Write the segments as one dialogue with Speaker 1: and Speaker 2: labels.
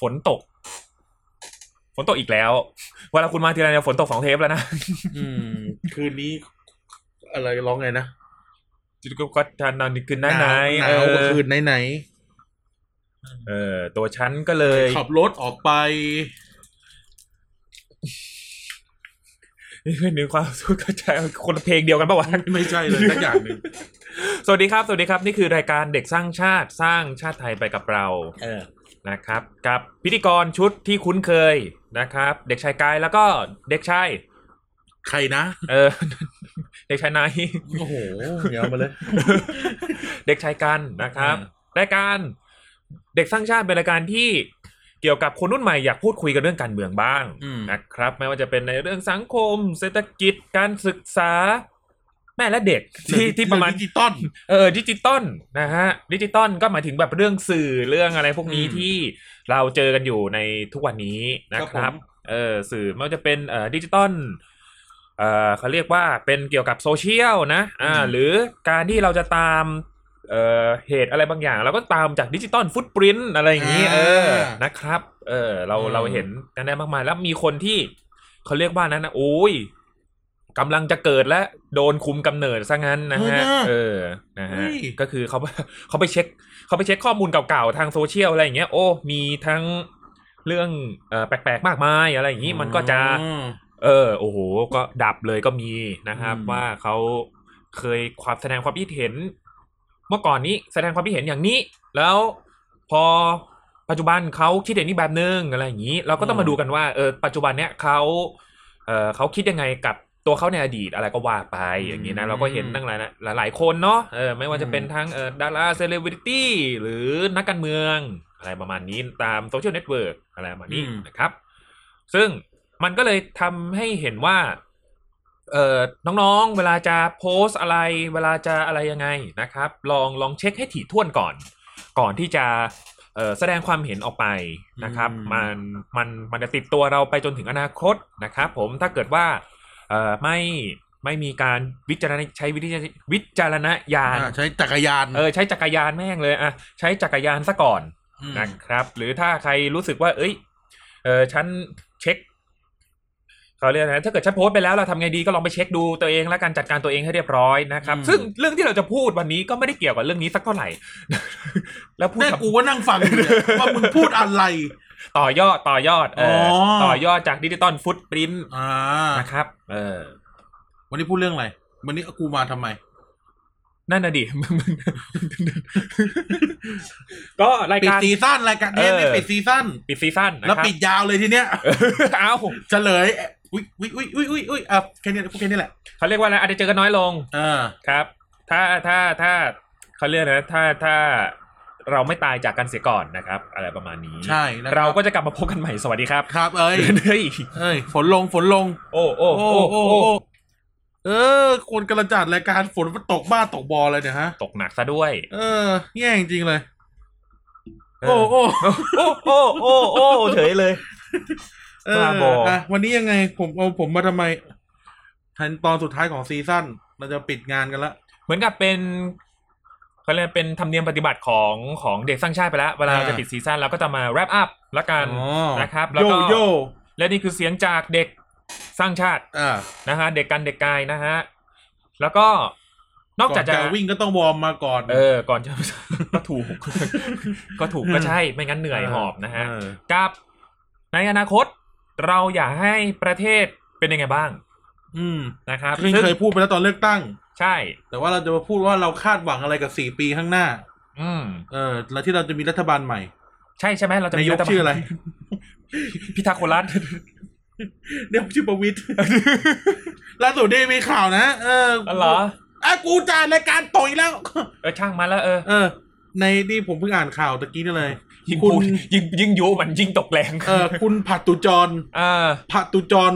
Speaker 1: ฝนตก ฝนตกอีกแล้วเวลาคุณมาทีไรเนี่ยฝนตกสองเทปแล้วนะ
Speaker 2: อืม คืนนี้ อะไรร้องไงนะ
Speaker 1: จุดก็ก็จะนอนคืนได้ไหน
Speaker 2: ห
Speaker 1: เอ
Speaker 2: นา
Speaker 1: อ
Speaker 2: วกว่าคืนไหนไหน
Speaker 1: เออ ตัวฉันก็เลย
Speaker 2: ขับรถออกไป
Speaker 1: นี่คือหนึ่งความสุขก็จะคนละเพลงเดียวกันปะวะ
Speaker 2: ไม่ใช่เลยสักอย่างหนึ่ง
Speaker 1: สวัสดีครับ สวัสดีครับ นี่คือรายการเด็กสร้างชาติสร้างชาติไทยไปกับเรา
Speaker 2: เออ
Speaker 1: นะครับ กับพิธีกรชุดที่คุ้นเคยนะครับ เด็กชายกายแล้วก็เด็กชาย
Speaker 2: ใครนะ
Speaker 1: เออ เด็กชายนาย
Speaker 2: โอ้โหเดี๋ยวมาเลย
Speaker 1: เด็กชายกันนะครับ
Speaker 2: อ่
Speaker 1: รายการเด็กสร้างชาติเป็นรายการที่เกี่ยวกับคนรุ่นใหม่อยากพูดคุยกันเรื่องการเมืองบ้าง
Speaker 2: อืม
Speaker 1: นะครับ ไม่ว่าจะเป็นในเรื่องสังคม เศรษฐกิจการศึกษา แม่และเด็กที่ที่ประมาณ
Speaker 2: เอดิจิตอล
Speaker 1: เออดิจิตอลนะฮะดิจิตอลก็หมายถึงแบบเรื่องสื่อเรื่องอะไรพวกนี้
Speaker 2: อืม
Speaker 1: ที่เราเจอกันอยู่ในทุกวันนี้นะค
Speaker 2: ครั
Speaker 1: รับบ
Speaker 2: ผม
Speaker 1: เออสื่อไม่ว่าจะเป็นเอ่อดิจิตอลเอ่อเขาเรียกว่าเป็นเกี่ยวกับโซเชียลนะอ่าหรือการที่เราจะตามเอ่อเหตุอะไรบางอย่างเราก็ตามจากดิจิตอลฟุตปรินต์อะไรอย่างนี้ เออนะครับเออเราเราเห็นกันได้มากมายแล้วมีคนที่ เขาเรียกว่านั้นนะโอ้ยกำลังจะเกิดและโดนคุมกำเนิดซะงั้นนะฮะ
Speaker 2: เออ
Speaker 1: เออ
Speaker 2: นะ
Speaker 1: นะฮะ
Speaker 2: เฮ้ย
Speaker 1: ก็คือเขา เขาไปเช็ค เขาไปเช็คข้อมูลเก่าๆทางโซเชียลอะไรอย่างเงี้ยโอ้มีทั้งเรื่องเอ่อแปลกๆมากมายอะไรอย่างงี้มันก็จะ
Speaker 2: อืม
Speaker 1: เออโอ้โหก็ดับเลยก็มีนะครับ
Speaker 2: อืม
Speaker 1: ว่าเขาเคยความแสดงความคิดเห็น เมื่อก่อนนี้แสดงความคิดเห็นอย่างนี้ แล้วพอปัจจุบันเขาคิดเห็นอีกแบบนึงอะไรอย่างนี้ เราก็ต้องมาดูกันว่าเออปัจจุบันเนี้ยเขาเออเขาคิดยังไงกับตัวเขาในอดีตอะไรก็ว่าไปอย่างนี้นะเราก็เห็นตั้งหลายนะหลายๆคนเนาะเออไม่ว่าจะเป็นทั้งเออดาราเซเลบริตี้หรือนักการเมืองอะไรประมาณนี้ตามโซเชียลเน็ตเวิร์กอะไรประมาณนี้
Speaker 2: อืม
Speaker 1: นะครับ ซึ่งมันก็เลยทำให้เห็นว่า เอ่อน้องๆ เวลาจะโพสต์อะไร เวลาจะอะไรยังไงนะครับ ลองลองเช็คให้ถี่ถ้วนก่อน ก่อนที่จะเอ่อแสดงความเห็นออกไปนะครับ
Speaker 2: อืม
Speaker 1: มันมันมันจะติดตัวเราไปจนถึงอนาคตนะครับผมถ้าเกิดว่าเอ่อไม่ไม่มีการวิจารณใช้วิจารณวิจารณญาณ
Speaker 2: อ่าใช้จักรยาน
Speaker 1: เออใช้จักรยานแม่งเลยอ่ะใช้จักรยานซะก่อน
Speaker 2: ม
Speaker 1: นะครับหรือถ้าใครรู้สึกว่า เอ้ยเออฉันเช็คเขาเรียกอะไรนะถ้าเกิดฉันโพสต์ไปแล้วเราทำไงดีก็ลองไปเช็คดูตัวเองและการจัดการตัวเองให้เรียบร้อยนะครับ
Speaker 2: อืม
Speaker 1: ซึ่งเรื่องที่เราจะพูดวันนี้ก็ไม่ได้เกี่ยวกับเรื่องนี้สักเท่าไหร่ แล้วพูด
Speaker 2: แน่
Speaker 1: กับ
Speaker 2: กูว่านั่งฟังอยู่เนี่ยว่ามึงพูดอะไร
Speaker 1: ต่อยอดต่อยอดเอออ
Speaker 2: อ
Speaker 1: ต่อยอดจากดิจิตอลฟุตปรินต์
Speaker 2: อ่า
Speaker 1: นะครับ เออ
Speaker 2: วันนี้พูดเรื่องอะไร วันนี้กูมาทำไม
Speaker 1: นั่นน่ะดิ ก็ราย
Speaker 2: ปิด
Speaker 1: การ
Speaker 2: ซีซั่นรายการเนี่ย
Speaker 1: เออ
Speaker 2: เนี่ยปิดซีซั่น
Speaker 1: ปิดซีซั่นนะ
Speaker 2: แล้ว
Speaker 1: ครับ
Speaker 2: ปิดยาวเลยทีเนี้ย
Speaker 1: เอ้า
Speaker 2: เฉลยอุ้ยอุ้ยอุ้ยอุ้ยอุ้ยอุ้ยอ่ะแค่นี้พูดแค่นี้แหละ
Speaker 1: เขาเรียกว่าอะไรอาจจะเจอกันน้อยลง
Speaker 2: อ่า
Speaker 1: ครับ ถ้า ถ้า ถ้าเขาเรียกนะ ถ้า ถ้า เราไม่ตายจากกันเสียก่อนนะครับ อะไรประมาณนี้
Speaker 2: ใช่นะค
Speaker 1: เรา
Speaker 2: บ
Speaker 1: ก็จะกลับมาพบกันใหม่ สวัสดีครับ
Speaker 2: ครับเอ้ย
Speaker 1: เฮ้ย
Speaker 2: เอ้ยฝนลงฝนลง
Speaker 1: โอ้โอ้
Speaker 2: โอ้
Speaker 1: โอ้
Speaker 2: โอ้
Speaker 1: โอ้
Speaker 2: โอ้เออ คนกำลังจัดรายการฝนมันตกบ้าตกบอเลยเนี่ยฮะ
Speaker 1: ตกหนักซะด้วย
Speaker 2: เออแย่จริงๆเลย โอ้โอ้
Speaker 1: เออโอ้โอ้โอ้โอ้เฉยเลย
Speaker 2: เออ
Speaker 1: บ้าบออ่
Speaker 2: ะวันนี้ยังไง ผมเอาผมมาทำไมทันตอนสุดท้ายของซีซั่นเราจะปิดงานกันละ
Speaker 1: เหมือนกับเป็นเขาเรียกเป็นธรรมเนียมปฏิบัติของของเด็กสร้างชาติไปแล้ว เวลาเราจะปิดซีซั่นเราก็จะมา wrap up ละกัน
Speaker 2: อ๋อ
Speaker 1: นะครับแล้ว
Speaker 2: โย
Speaker 1: ก็
Speaker 2: โย
Speaker 1: และนี่คือเสียงจากเด็กสร้างชาติ
Speaker 2: อ่า
Speaker 1: นะฮะเด็กกันเด็กกายนะฮะแล้วก็นอก
Speaker 2: ก่
Speaker 1: จา
Speaker 2: อก น
Speaker 1: จะ
Speaker 2: จะวิ่งก็ต้องวอร์มมาก่อน
Speaker 1: เออก่อนจะ ก็ถูก ก็ถูกก็ใช่ไม่งั้นเหนื่อยหอบนะฮะ
Speaker 2: เออ
Speaker 1: กับในอนาคตเราอยากให้ประเทศเป็นยังไงบ้าง
Speaker 2: อืม
Speaker 1: นะครับ
Speaker 2: ซึ่งเคยพูดไปแล้วตอนเลือกตั้ง
Speaker 1: ใช่
Speaker 2: แต่ว่าเราจะมาพูดว่าเราคาดหวังอะไรกับสี่ปีข้างหน้า
Speaker 1: อืม
Speaker 2: เออ แล้วที่เราจะมีรัฐบาลใหม่
Speaker 1: ใช่ใช่ไหมเราจะ
Speaker 2: นายก
Speaker 1: ฐบาล
Speaker 2: ชื่ออะไร
Speaker 1: พิธาโคลัส
Speaker 2: เดี๋ยวชื่อประวิตร ล่าสุดได้มีข่าวนะ เออ
Speaker 1: อ๋อเหรอ
Speaker 2: อ่ะกูจ่ายรายการต่อยแล้ว
Speaker 1: เออช่างมันแล้วเออ
Speaker 2: เออ ในนี่ผมเพิ่งอ่านข่าวตะกี้นี่เลย
Speaker 1: ยิ่ง
Speaker 2: คุณ
Speaker 1: พูดยิ่งยิ่งยุมันยิ่งตกแรง
Speaker 2: เออ คุณผัตตุจร
Speaker 1: เออ
Speaker 2: ผัตตุจร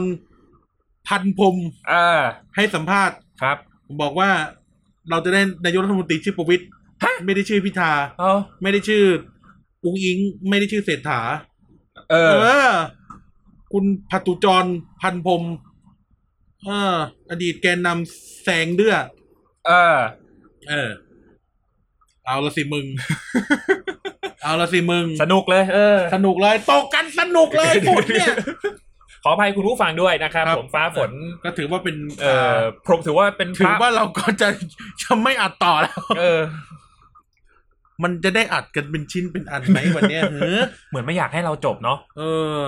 Speaker 2: พันพรม
Speaker 1: เออ
Speaker 2: ให้สัมภาษณ์
Speaker 1: ครับ
Speaker 2: ผมบอกว่า เราจะได้นายกรัฐมนตรีชื่อประวิตร
Speaker 1: ฮะ
Speaker 2: ไม่ได้ชื่อพิธา
Speaker 1: เออ
Speaker 2: ไม่ได้ชื่ออุงอิง ไม่ได้ชื่อเศรษฐา
Speaker 1: เออ
Speaker 2: เออ คุณพัตุจรพันพรมเออ อดีตแกนนำแสงเดือ
Speaker 1: เออ
Speaker 2: เออ เอาละสิมึง เอา เอาละสิมึง
Speaker 1: สนุกเลย เออ
Speaker 2: สนุกเลยตกกันสนุก เลยฝนเนี่ย
Speaker 1: ขออภัยคุณผู้ฟังด้วยนะครับ
Speaker 2: ครับ
Speaker 1: ผมฟ้าฝน
Speaker 2: ก็ถือว่าเป็น
Speaker 1: เอ่อผมถือว่าเป็นพ
Speaker 2: ถือ
Speaker 1: ระ
Speaker 2: ว่าเราก็จะจะไม่อัดต่อแล้ว
Speaker 1: เออ
Speaker 2: มันจะได้อัดกันเป็นชิ้นเป็นอันไหมวันเนี้ย เออ
Speaker 1: เหมือนไม่อยากให้เราจบเนาะ
Speaker 2: เออ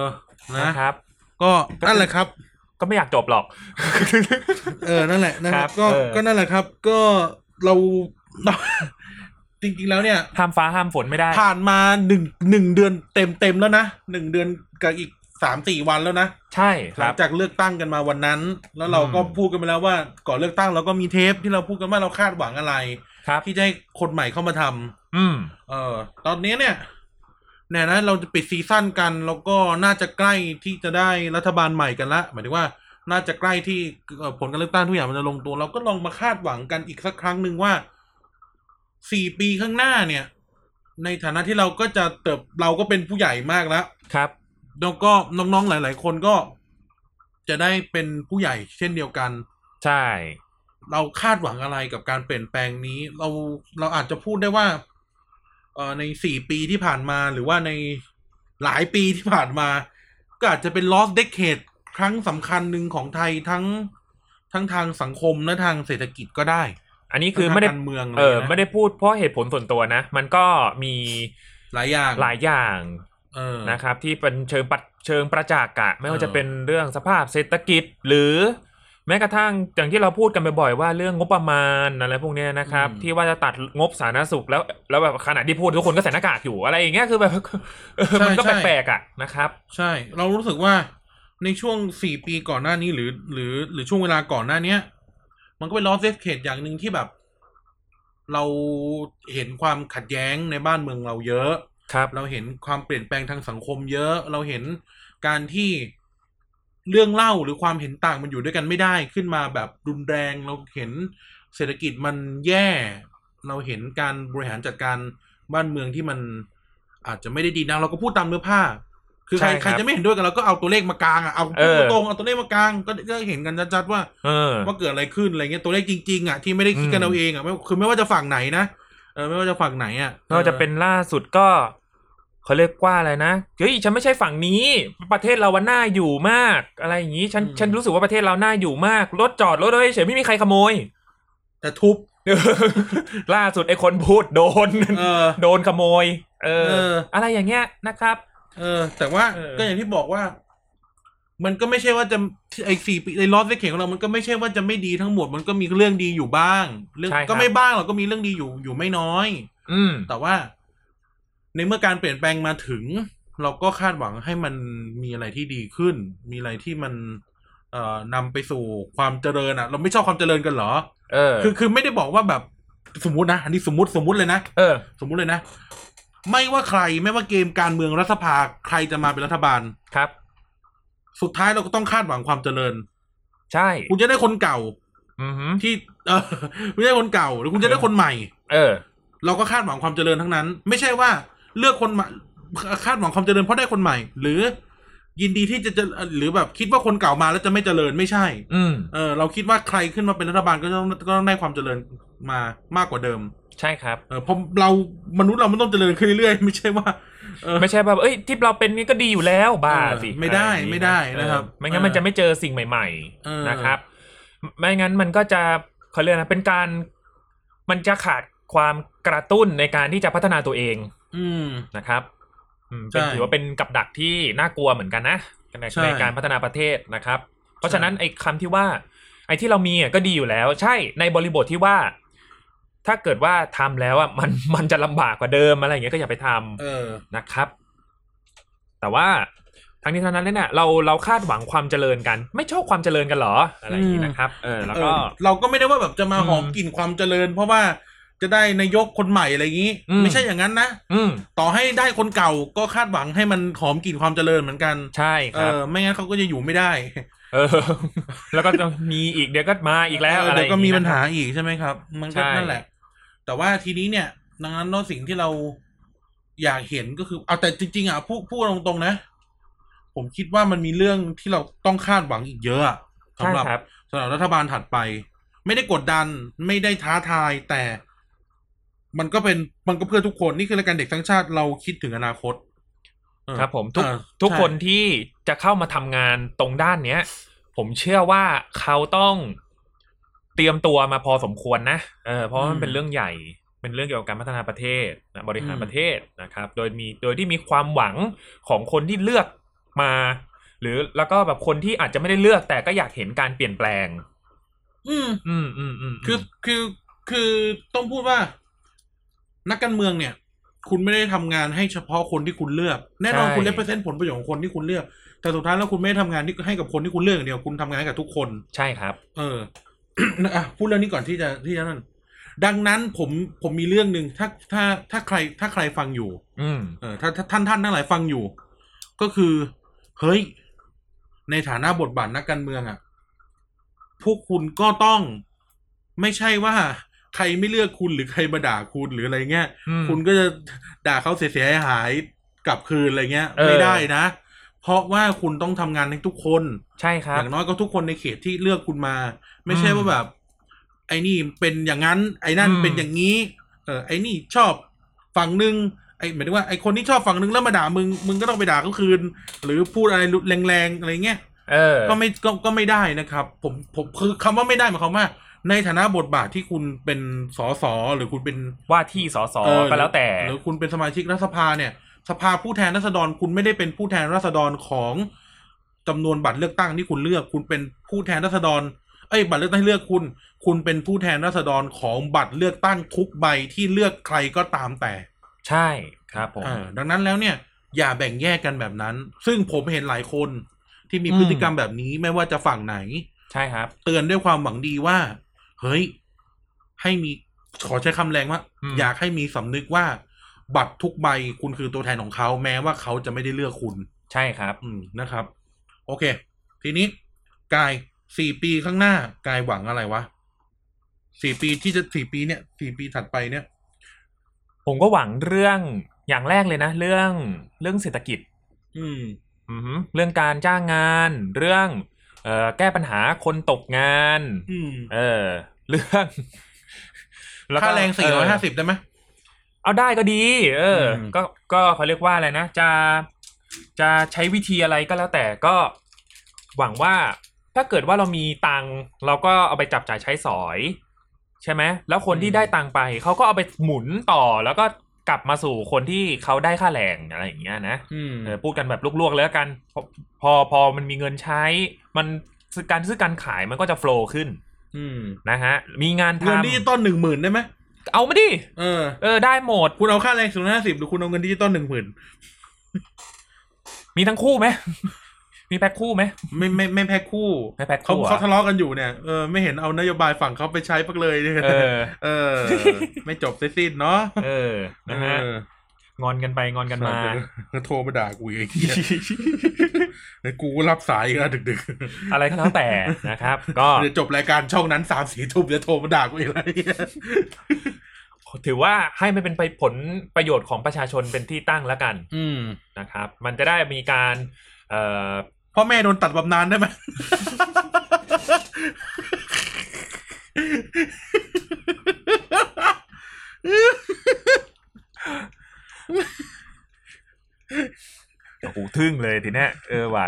Speaker 2: นะ
Speaker 1: นะครับ
Speaker 2: ก็นั่นแหละครับ
Speaker 1: ก็ไม่อยากจบหรอก
Speaker 2: เออ นั่นแหละนะค
Speaker 1: ครั
Speaker 2: รั
Speaker 1: บบ
Speaker 2: ก็
Speaker 1: เออ
Speaker 2: ก็นั่นแหละครับ ก็เรา เรา จริงๆ แล้วเนี่ย
Speaker 1: ห้ามฟ้าห้ามฝนไม่ได้
Speaker 2: ผ่านมาหนึ่งหนึ่งเดือนเต็มเต็มๆแล้วนะหนึ่งเดือนกับอีกสามสี่วันแล้วนะ
Speaker 1: ใช่ค
Speaker 2: หลั
Speaker 1: รับ
Speaker 2: งจากเลือกตั้งกันมาวันนั้น แล้วเราก็
Speaker 1: อืม
Speaker 2: พูดกันไปแล้วว่าก่อนเลือกตั้งเราก็มีเทปที่เราพูดกันว่าเราคาดหวังอะไร
Speaker 1: ครับ
Speaker 2: ที่จะให้คนใหม่เข้ามาทำ
Speaker 1: อืม
Speaker 2: เออ ตอนนี้เนี่ยแน่นะเราจะปิดซีซั่นกัน แล้วก็น่าจะใกล้ที่จะได้รัฐบาลใหม่กันละหมายถึงว่า น่าจะใกล้ที่เอ่อผลการเลือกตั้งทุกอย่างมันจะลงตัว เราก็ลองมาคาดหวังกันอีกสักครั้งหนึ่งว่าสี่ปีข้างหน้าเนี่ย ในฐานะที่เราก็จะเติบเราก็เป็นผู้ใหญ่มากแล้ว
Speaker 1: ครับ
Speaker 2: แล้วก็น้องๆหลาย ๆ คนก็จะได้เป็นผู้ใหญ่เช่นเดียวกัน
Speaker 1: ใช่
Speaker 2: เราคาดหวังอะไรกับการเปลี่ยนแปลงนี้ เราเราอาจจะพูดได้ว่า เอ่อในสี่ปีที่ผ่านมาหรือว่าในหลายปีที่ผ่านมา ก็อาจจะเป็น lost decade ครั้งสำคัญหนึ่งของไทยทั้งทั้งทางสังคมและทางเศรษฐกิจก็ได้
Speaker 1: อันนี้คือไม่ได้
Speaker 2: ทางการเมืองะร
Speaker 1: เออ
Speaker 2: นะ
Speaker 1: ไม่ได้พูดเพราะเหตุผลส่วนตัวนะ มันก็มี
Speaker 2: หลายอย่าง
Speaker 1: หลายอย่าง
Speaker 2: เออ
Speaker 1: นะครับ ที่เป็นเชิงปัดเชิงประจักษ์อะไม่ว่า
Speaker 2: เออ
Speaker 1: จะเป็นเรื่องสภาพเศรษฐกิจ หรือแม้กระทั่งอย่างที่เราพูดกันบ่อยๆว่าเรื่องงบประมาณอะไรพวกเนี้ยนะครับ ที่ว่าจะตัดงบสาธารณสุขแล้ว แล้วแบบขณะที่พูดทุกคนก็ใส่หน้ากากอยู่อะไรอย่างเงี้ยคือแบบ เออมันก็แปลกๆอะนะครับ
Speaker 2: ใช่ เรารู้สึกว่าในช่วงสี่ปีก่อนหน้านี้หรือ หรือหรือช่วงเวลาก่อนหน้าเนี้ย มันก็เป็น lost decade อย่างหนึ่งที่แบบ เราเห็นความขัดแย้งในบ้านเมืองเราเยอะ
Speaker 1: ครับ
Speaker 2: เราเห็นความเปลี่ยนแปลงทางสังคมเยอะ เราเห็นการที่เรื่องเล่าหรือความเห็นต่างมันอยู่ด้วยกันไม่ได้ขึ้นมาแบบรุนแรง เราเห็นเศรษฐกิจมันแย่ เราเห็นการบริหารจัดการบ้านเมืองที่มันอาจจะไม่ได้ดีนะเราก็พูดตามเนื้อผ้า คือใคร
Speaker 1: ช่บ
Speaker 2: ใครจะไม่เห็นด้วยกันเราก็เอาตัวเลขมากลางอ่ะเอา
Speaker 1: เออ
Speaker 2: ตรงๆเอาตัวเลขมากลางก็ก็เห็นกันชัดๆว่า
Speaker 1: เออ
Speaker 2: ว่าเกิดอะไรขึ้นอะไรเงี้ยตัวเลขจริงๆอ่ะที่ไม่ได้คิดกันเอาเองอ่ะไม่คือไม่ว่าจะฝั่งไหนนะเออไม่ว่าจะฝั่งไหนอ่ะ
Speaker 1: ไม่ว่าจะเป็นล่าสุดก็เขาเรียกว่าอะไรนะเฮ้ยฉันไม่ใช่ฝั่งนี้ ประเทศเราวันหน้าอยู่มาก อะไรอย่างนี้ฉัน
Speaker 2: อืม
Speaker 1: ฉันรู้สึกว่าประเทศเราหน้าอยู่มากรถจอดรถเลยเฉยไม่มีใครขโมย
Speaker 2: แต่ทุบ
Speaker 1: ล่าสุดไอ้คนพูดโดน
Speaker 2: เออ
Speaker 1: โดนขโมย เออ
Speaker 2: เออ
Speaker 1: อะไรอย่างเงี้ยนะครับ
Speaker 2: เออ แต่ว่า
Speaker 1: เออ
Speaker 2: ก็อย่างที่บอกว่า มันก็ไม่ใช่ว่าจะไอ้สี่ปีไอ้ลอสเซเข็งของเรามันก็ไม่ใช่ว่าจะไม่ดีทั้งหมด มันก็มีเรื่องดีอยู่บ้าง เรื่อง
Speaker 1: ใช่ครับ
Speaker 2: ก็ไม่บ้างหรอกก็มีเรื่องดีอยู่อยู่ไม่น้อย
Speaker 1: อืม
Speaker 2: แต่ว่า ในเมื่อการเปลี่ยนแปลงมาถึง เราก็คาดหวังให้มันมีอะไรที่ดีขึ้น มีอะไรที่มัน เอ่อนำไปสู่ความเจริญอ่ะ เราไม่ชอบความเจริญกันเหรอ
Speaker 1: เออ
Speaker 2: คือคือไม่ได้บอกว่าแบบสมมตินะอันนี้สมมติสมมติเลยนะ
Speaker 1: เออ
Speaker 2: สมมุติเลยนะ ไม่ว่าใครไม่ว่าเกมการเมืองรัฐสภาใครจะมาเป็นรัฐบาล
Speaker 1: ครับ
Speaker 2: สุดท้ายเราก็ต้องคาดหวังความเจริญ
Speaker 1: ใช่
Speaker 2: คุณจะได้คนเก่า
Speaker 1: อือหือ
Speaker 2: ที่ เออคุณจะได้คนเก่า หรือคุณจะได้คนใหม่
Speaker 1: เออ
Speaker 2: เราก็คาดหวังความเจริญทั้งนั้น ไม่ใช่ว่าเลือกคนใหม่คาดหวังความเจริญเพราะได้คนใหม่ หรือยินดีที่จะเจหรือแบบคิดว่าคนเก่ามาแล้วจะไม่เจริญไม่ใช่
Speaker 1: อืม
Speaker 2: เออ เราคิดว่าใครขึ้นมาเป็นรัฐบาลก็ต้องก็ต้องได้ความเจริญมามากกว่าเดิม
Speaker 1: ใช่ครับ
Speaker 2: เออเพราะเรามนุษย์เรามันต้องเจริญขึ้นเรื่อยๆไม่ใช่ว่า เออ
Speaker 1: ไม่ใช่แบบเอ้ยที่เราเป็นนี่ก็ดีอยู่แล้วบ้า
Speaker 2: เออ
Speaker 1: สิ
Speaker 2: ไม่ได้
Speaker 1: อะรอย่างงี้
Speaker 2: ไม่ได้นะครับ
Speaker 1: เออไม่งั้น
Speaker 2: เออ
Speaker 1: มันจะไม่เจอสิ่งใหม่
Speaker 2: เออ
Speaker 1: ๆนะครับไม่ไม่งั้นมันก็จะเขาเรียกนะเป็นการมันจะขาดความกระตุ้นในการที่จะพัฒนาตัวเอง
Speaker 2: อืม
Speaker 1: นะครับอืมเป็น
Speaker 2: ใช่
Speaker 1: ถือว่าเป็นกับดักที่น่ากลัวเหมือนกันนะใน
Speaker 2: ใช่
Speaker 1: ในการพัฒนาประเทศนะครับ เพราะ
Speaker 2: ใช่
Speaker 1: ฉะนั้นไอ้คำที่ว่า ไอ้ที่เรามีอ่ะก็ดีอยู่แล้ว ใช่ในบริบทที่ว่า ถ้าเกิดว่าทำแล้วอ่ะมันมันจะลำบากกว่าเดิมอะไรอย่างเงี้ยก็อย่าไปทำ
Speaker 2: เออ
Speaker 1: นะครับ แต่ว่าทั้งนี้ทั้งนั้นเลยเนี่ยเราเราคาดหวังความเจริญกัน ไม่ชอบความเจริญกันเหรอ อะไรอย่างนี้นะครับ เออ แล้ว
Speaker 2: เอ
Speaker 1: ก็
Speaker 2: อเราก็ไม่ได้ว่าแบบจะมา
Speaker 1: อืม
Speaker 2: หอมกลิ่นความเจริญ เพราะว่าจะได้นายกคนใหม่อะไรอย่างนี้
Speaker 1: อืม
Speaker 2: ไม่ใช่อย่างนั้นนะ
Speaker 1: อืม
Speaker 2: ต่อให้ได้คนเก่าก็คาดหวังให้มันหอมกลิ่นความเจริญเหมือนกัน
Speaker 1: ใช่
Speaker 2: เอ
Speaker 1: ครับ
Speaker 2: อ ไม่งั้นเขาก็จะอยู่ไม่ได้
Speaker 1: เออ แล้วก็จะมีอีกเดี๋ยวก็มาอีกแล้ว
Speaker 2: เออ
Speaker 1: อะไร
Speaker 2: เดี๋ยวก็
Speaker 1: อ
Speaker 2: มี
Speaker 1: ย่ง
Speaker 2: ปัญ
Speaker 1: นี้นะ
Speaker 2: หาอีกใช่ไหมครับ มันก็
Speaker 1: ใช่
Speaker 2: นั่นแหละ แต่ว่าทีนี้เนี่ย ดังนั้นเนอะสิ่งที่เราอยากเห็นก็คือเอาแต่จริง ๆ อ่ะพูดพูดตรงๆนะ ผมคิดว่ามันมีเรื่องที่เราต้องคาดหวังอีกเยอะอะ
Speaker 1: ใช่
Speaker 2: สำหรับ
Speaker 1: ครับ
Speaker 2: สำหรับรัฐบาลถัดไป ไม่ได้กดดันไม่ได้ท้าทายแต่ มันก็เป็นมันก็เพื่อทุกคนนี่คือรายการเด็กทั้างชาติเราคิดถึงอนาคตเออ
Speaker 1: ครับผมทุก
Speaker 2: อ่า
Speaker 1: ทุกคน
Speaker 2: ใช่
Speaker 1: ที่จะเข้ามาทำงานตรงด้านเนี้ย ผมเชื่อว่าเขาต้องเตรียมตัวมาพอสมควรนะเออเพราะว่ามันเป็นเรื่องใหญ่ เป็นเรื่องเกี่ยวกับการพัฒนาประเทศนะบริหารประเทศนะครับ โดยมีโดยที่มีความหวังของคนที่เลือกมา หรือแล้วก็แบบคนที่อาจจะไม่ได้เลือกแต่ก็อยากเห็นการเปลี่ยนแปลง
Speaker 2: อืม
Speaker 1: อืมอืมอืม
Speaker 2: คือคือคือต้องพูดว่า นักการเมืองเนี่ย คุณไม่ได้ทำงานให้เฉพาะคนที่คุณเลือก แน่นอนคุณเลเปอร์เซ็นต์ผลประโยชน์ของคนที่คุณเลือก แต่สุดท้ายแล้วคุณไม่ได้ทำงานที่ให้กับคนที่คุณเลือกอย่างเดียวคุณทำงานให้กับทุกคน
Speaker 1: ใช่ครับ
Speaker 2: เออ อ่ะพูดเรื่องนี้ก่อนที่จะที่จะนั่นดังนั้นผมผมมีเรื่องหนึ่งถ้าถ้าถ้าใครถ้าใครฟังอยู่
Speaker 1: อืม
Speaker 2: เออถ้าถ้าท่านท่านทั้งหลายฟังอยู่ ก็คือเฮ้ย ในฐานะบทบาทนักการเมืองอะ่ะ พวกคุณก็ต้องไม่ใช่ว่า ใครไม่เลือกคุณหรือใครมาด่าคุณหรืออะไรเงี้ย
Speaker 1: อืม
Speaker 2: คุณก็จะด่าเขาเสียหายๆกลับคืนอะไรเงี้ย
Speaker 1: เออ
Speaker 2: ไม่ได้นะ เพราะว่าคุณต้องทำงานให้ทุกคน
Speaker 1: ใช่ครั
Speaker 2: อบ ย่างน้อยก็ทุกคนในเขตที่เลือกคุณมา ไม่ใช่ว่าแบบ ไอ้นี่เป็นอย่างนั้น ไอ้นั่น
Speaker 1: อืม
Speaker 2: เป็นอย่างนี้ เออไอ้นี่ชอบฝั่งหนึ่งไอ้หมายถึงว่าไอ้คนที่ชอบฝั่งหนึ่งแล้วมาด่ามึงมึงก็ต้องไปด่าเขาคืน หรือพูดอะไรรุนแรงๆอะไรเงี้ย
Speaker 1: เออ
Speaker 2: ก็ไม่ก็ก็ไม่ได้นะครับ ผมผมคือคำว่าไม่ได้หมายความว่า ในฐานะบทบาทที่คุณเป็นสสหรือคุณเป็น
Speaker 1: ว่าที่สส
Speaker 2: เออ
Speaker 1: ก็แล้วแต่
Speaker 2: หรือคุณเป็นสมาชิกรัฐสภาเนี่ย สภาผู้แทนราษฎรคุณไม่ได้เป็นผู้แทนราษฎรของจำนวนบัตรเลือกตั้งที่คุณเลือก คุณเป็นผู้แทนราษฎร เอ้ยบัตรเลือกตั้งที่เลือกคุณ คุณเป็นผู้แทนราษฎรของบัตรเลือกตั้งทุกใบที่เลือกใครก็ตามแต่
Speaker 1: ใช่ครับผม
Speaker 2: เออดังนั้นแล้วเนี่ย อย่าแบ่งแยกกันแบบนั้น ซึ่งผมเห็นหลายคนที่มีพฤติกรรมแบบนี้ไม่ว่าจะฝั่งไหน
Speaker 1: ใช่ครับ
Speaker 2: เตือนด้วยความหวังดีว่า เฮ้ย ให้มีขอใช้คำแรงว่า
Speaker 1: อืม
Speaker 2: อยากให้มีสำนึกว่า บัตรทุกใบคุณคือตัวแทนของเขา แม้ว่าเขาจะไม่ได้เลือกคุณ
Speaker 1: ใช่ครับ
Speaker 2: อืมนะครับ โอเค ทีนี้กายสี่ปีข้างหน้ากายหวังอะไรวะสี่ปีที่จะสี่ปีเนี่ยสี่ปีถัดไปเนี่ย
Speaker 1: ผมก็หวังเรื่องอย่างแรกเลยนะ เรื่องเรื่องเศรษฐกิจ
Speaker 2: อืม
Speaker 1: อือหือเรื่องการจ้างงาน เรื่องเอ่อแก้ปัญหาคนตกงาน
Speaker 2: อืม
Speaker 1: เออเรื่องล้วก็
Speaker 2: ค่าแรงสี่ร้อยห้าสิบได้ไหม
Speaker 1: เอาได้ก็ดี เอออ
Speaker 2: ม
Speaker 1: ก็ก็เขาเรียกว่าอะไรนะจะจะใช้วิธีอะไรก็แล้วแต่ก็หวังว่าถ้าเกิดว่าเรามีตังค์เราก็เอาไปจับจ่ายใช้สอย ใช่ไหมแล้วคนที่ได้ตังค์ไปเขาก็เอาไปหมุนต่อแล้วก็กลับมาสู่คนที่เขาได้ค่าแรงอะไรอย่างเงี้ยนะ
Speaker 2: อืม
Speaker 1: เออพูดกันแบบลวกๆเลยละกันพอพอพอมันมีเงินใช้ มันซื้อการซื้อการขายมันก็จะโฟล์ขึ้น
Speaker 2: อืม
Speaker 1: นะฮะ มีงานท
Speaker 2: เงินดิจิตอลหนึ่งหมื่นได้ไหม
Speaker 1: ำเอามาดิ
Speaker 2: เออ
Speaker 1: เออได้หมด
Speaker 2: คุณเอาค่าแรงสี่ร้อยห้าสิบหรือคุณเอาเงินดิจิตอลหนึ่งหมื่น
Speaker 1: มีทั้งคู่ไหม มีแพ็คคู่ไหม
Speaker 2: ไม่ไม่ไม่แพ็คคู่
Speaker 1: ไม่แพ็คคู่
Speaker 2: เขา
Speaker 1: อะ
Speaker 2: เขาทะเลาะกันอยู่เนี่ยเออไม่เห็นเอานโยบายฝั่งเขาไปใช้ปักเลยเนี่ย
Speaker 1: เออ
Speaker 2: เออ ไม่จบสิ้นสิ้นเนาะ
Speaker 1: เออ นะฮะ
Speaker 2: เออง
Speaker 1: อนกันไปงอนกันมา
Speaker 2: โทรมาด่ากูอีกไอ้เหี้ยเดี๋ยวกูก็รับสายอีกแล้วดึก
Speaker 1: อะไรก็แล้วแต่ นะครับ ก็
Speaker 2: ๆเดี๋ยวจบรายการช่องนั้นสามสี่ทุ่มจะโทรมาด่ากูอีกแล้วไอ้เหี้ย
Speaker 1: ถือว่าให้มันเป็นไปผลประโยชน์ของประชาชนเป็นที่ตั้งแล้วกัน
Speaker 2: อืม
Speaker 1: นะครับ มันจะได้มีการ เอ่อ
Speaker 2: พ่อแม่โดนตัดบำนาญได้ไหม
Speaker 1: โอ้โหทึ่งเลยทีเนี้ยเออว่ะ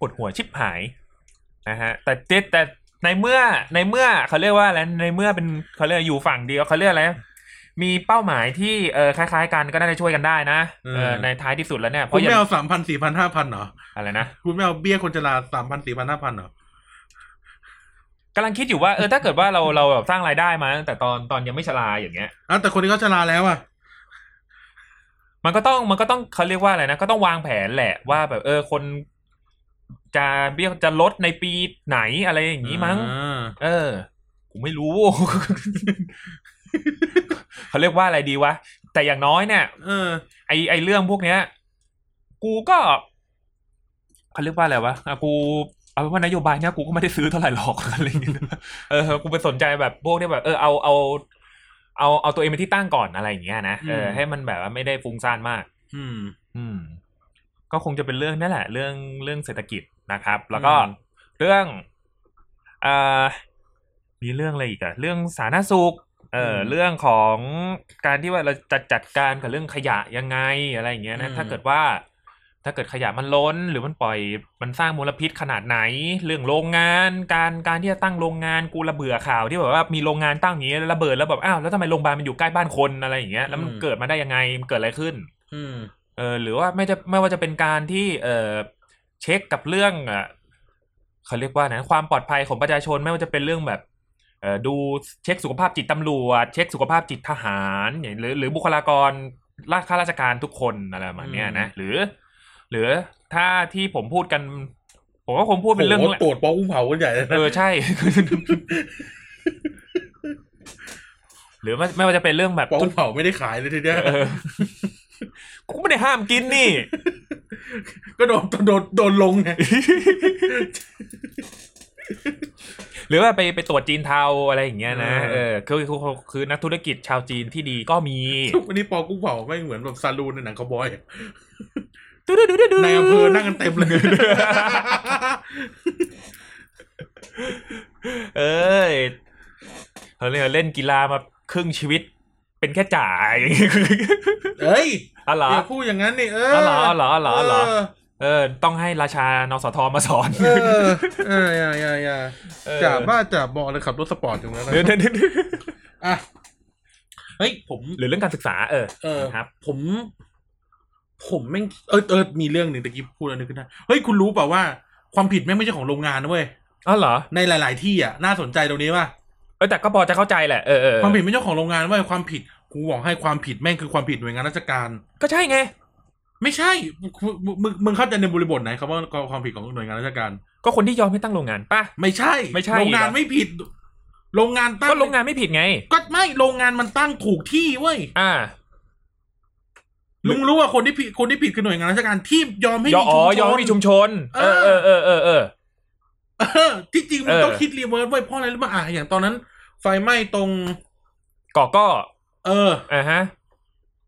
Speaker 1: ปวดหัวชิบหายนะฮะ แต่เจแต่ในเมื่อในเมื่อเขาเรียกว่าอะไรในเมื่อเป็นเขาเรียกอยู่ฝั่งเดียวเขาเรียกอะไรมีเป้าหมายที่เออคล้าย ๆ กันก็น่าจะช่วยกันได้นะ
Speaker 2: เออ
Speaker 1: เออในท้ายที่สุดแล้ว เนี่ยเพ
Speaker 2: คุณ
Speaker 1: ราะอ
Speaker 2: ไม่
Speaker 1: ย่าง
Speaker 2: เอาสามพันสี่พันห้าพันเหรอ
Speaker 1: อะไรนะ
Speaker 2: คุณไม่เอาเบี้ยคนชราสามพันสี่พันห้าพันเหรอก
Speaker 1: ำลังคิดอยู่ว่าเออถ้าเกิดว่าเราเราแบบสร้างรายได้มาตั้งแต่ตอนตอนยังไม่ชราอย่างเงี้ย
Speaker 2: อ้าวแต่คนที่เขาชราแล้วอ่ะ
Speaker 1: มันก็ต้องมันก็ต้องเขาเรียกว่าอะไรนะก็ต้องวางแผนแหละว่าแบบเออคน จะเบี้ยจะลดในปีไหนอะไรอย่างนี้มั้ง เออ กูไม่รู้ เขาเรียกว่าอะไรดีวะ แต่อย่างน้อยเนี่ย
Speaker 2: เออ
Speaker 1: ไอไอเรื่องพวกเนี้ย กูก็เขาเรียกว่าอะไรวะอ่ะกูเอาเป็นว่านโยบายเนี้ยกูก็ไม่ได้ซื้อเท่าไหร่หรอก อะไรอย่างเงี้ยเออกูไปสนใจแบบพวกเนี้ยแบบเออเอาเอาเอาเอาตัวเองเป็นที่ตั้งก่อนอะไรอย่างเงี้ยนะเออ
Speaker 2: อืม
Speaker 1: ให้มันแบบว่าไม่ได้ฟุ้งซ่านมาก
Speaker 2: อืม
Speaker 1: อืม ก็คงจะเป็นเรื่องนั่นแหละ เรื่องเรื่องเศรษฐกิจนะครับ แล้วก็
Speaker 2: อืม
Speaker 1: เรื่องเอ่อ มีเรื่องอะไรอีกอะเรื่องสาธารณสุขเอออ
Speaker 2: ม
Speaker 1: เรื่องของการที่ว่าเราจะจัดการกับเรื่องขยะยังไงอะไรอย่างเงี้ยนะ
Speaker 2: อืม
Speaker 1: ถ้าเกิดว่า ถ้าเกิดขยะมันล้นหรือมันปล่อยมันสร้างมลพิษขนาดไหน เรื่องโรงงานการการที่จะตั้งโรงงานกูระเบื่อข่าวที่แบบว่ามีโรงงานตั้งอย่างเงี้ยแล้วระเบิดแล้วแบบอ้าวแล้วทำไมโรงพยาบาลมันอยู่ใกล้บ้านคนอะไรอย่างเงี้ยแล้วมัน
Speaker 2: อืม
Speaker 1: เกิดมาได้ยังไงมันเกิดอะไรขึ้น
Speaker 2: อืม
Speaker 1: เออหรือว่าไม่จะไม่ว่าจะเป็นการที่เออเช็คกับเรื่องเอ่อเขาเรียกว่าไงความปลอดภัยของประชาชนไม่ว่าจะเป็นเรื่องแบบเออดูเช็คสุขภาพจิตตำรวจ เช็คสุขภาพจิตทหารอย่างหรือหรือบุคลากรราชข้าราชการทุกคนอะไรประมาณเนี้ยนะหรือ หรือถ้าที่ผมพูดกัน ผมก็คงพูดเป็นเรื่อง
Speaker 2: โโหตรวจปอกอุ้งเผากันใหญ่เลย
Speaker 1: เอ
Speaker 2: นะ
Speaker 1: อใช่ หรือไม่ไม่ว่าจะเป็นเรื่องแบบ
Speaker 2: ปอกอุ้งเผาไม่ได้ขายเลยทีเนี้ย
Speaker 1: เออกูไม่ได้ห้ามกินนี่
Speaker 2: ก็โดนโดนโดนลงไง
Speaker 1: หรือว่าไปไปตรวจจีนเทาอะไรอย่างเงี้ยนะ
Speaker 2: เออ
Speaker 1: เออคือคือคือคือนักธุรกิจชาวจีนที่ดีก็มี
Speaker 2: ทุกวันนี้ปอกอุ้งเผาไม่งเหมือนแบบซาลูนในหนังคาวบอย
Speaker 1: ดูดูดูดูดู
Speaker 2: ในอำเภอนั่งกันเต็มเลย
Speaker 1: เอ้ยเขาเรียกว่าเล่นกีฬามาครึ่งชีวิต เป็นแค่จ่าย อย่างเงี้ย
Speaker 2: เอ้ย
Speaker 1: อ๋อเหรอ
Speaker 2: อย่าพูดอย่างนั้นนี่เออ
Speaker 1: อ๋
Speaker 2: อ๋
Speaker 1: อเหรออ๋อเหรออ๋อเหรออ๋อเหรอ
Speaker 2: เออ
Speaker 1: เออ ต้องให้ราชานสทมาสอน
Speaker 2: เออเอออย่าอย่าอย่าจ่าบ้าจ่าบอเลยขับรถสปอร์ตอยู่นั้นนะ
Speaker 1: เดี๋ยวเดี๋ยวเดี๋ยวเดี๋ยว
Speaker 2: อ่ะเฮ้ยผม
Speaker 1: หรือเรื่องการศึกษา เออ
Speaker 2: เออ
Speaker 1: นะครับ
Speaker 2: ผม ผมแม่งเออเออมีเรื่องหนึ่งตะกี้พูดแล้วนึกขึ้นได้เฮ้ยคุณรู้เปล่าว่าความผิดแม่งไม่ใช่ของโรงงานนะเว้ย
Speaker 1: อ๋อเหรอ
Speaker 2: ในหลาย ๆ ที่อ่ะน่าสนใจตรงนี้ว่า
Speaker 1: เออแต่ก็พอจะเข้าใจแหละ เออเออ
Speaker 2: ความผิดไม่ใช่ของโรงงานเว้ยความผิดกูบอกให้ความผิดแม่งคือความผิดหน่วยงานราชการ
Speaker 1: ก็ใช่ไง
Speaker 2: ไม่ใช่มึงมึงมึงเข้าใจในบริบทไหนครับว่าความผิดของหน่วยงานราชการ
Speaker 1: ก็คนที่ยอมให้ตั้งโรงงานป่ะ
Speaker 2: ไม่ใช่
Speaker 1: ไม่ใช่
Speaker 2: โรงงาน
Speaker 1: เหรอ
Speaker 2: ไม่ผิด โรงงานตั้ง
Speaker 1: ก็โรงงานไม่ผิดไง
Speaker 2: ก็ไม่โรงงานมันตั้งถูกที่เว้ย
Speaker 1: อ่า
Speaker 2: ลุงรู้ว่าคนที่ผิดคนที่ผิดคือหน่วยงานราชการที่ยอมให้
Speaker 1: ยอ
Speaker 2: มี
Speaker 1: มอ๋อ
Speaker 2: ชุมช
Speaker 1: ยอม
Speaker 2: น
Speaker 1: ให้มีชุมชน เอ
Speaker 2: เอ
Speaker 1: อ
Speaker 2: อ
Speaker 1: เออเออเออเออ
Speaker 2: เออที่จริงมั
Speaker 1: เอน อ
Speaker 2: ต้องคิดรีเวิร์สไว้ยเพราะอะไรรู้ป่ะอ่ะอย่างตอนนั้น ไฟไหม้ตรง
Speaker 1: ก่อก็
Speaker 2: เออ
Speaker 1: อ่าฮะ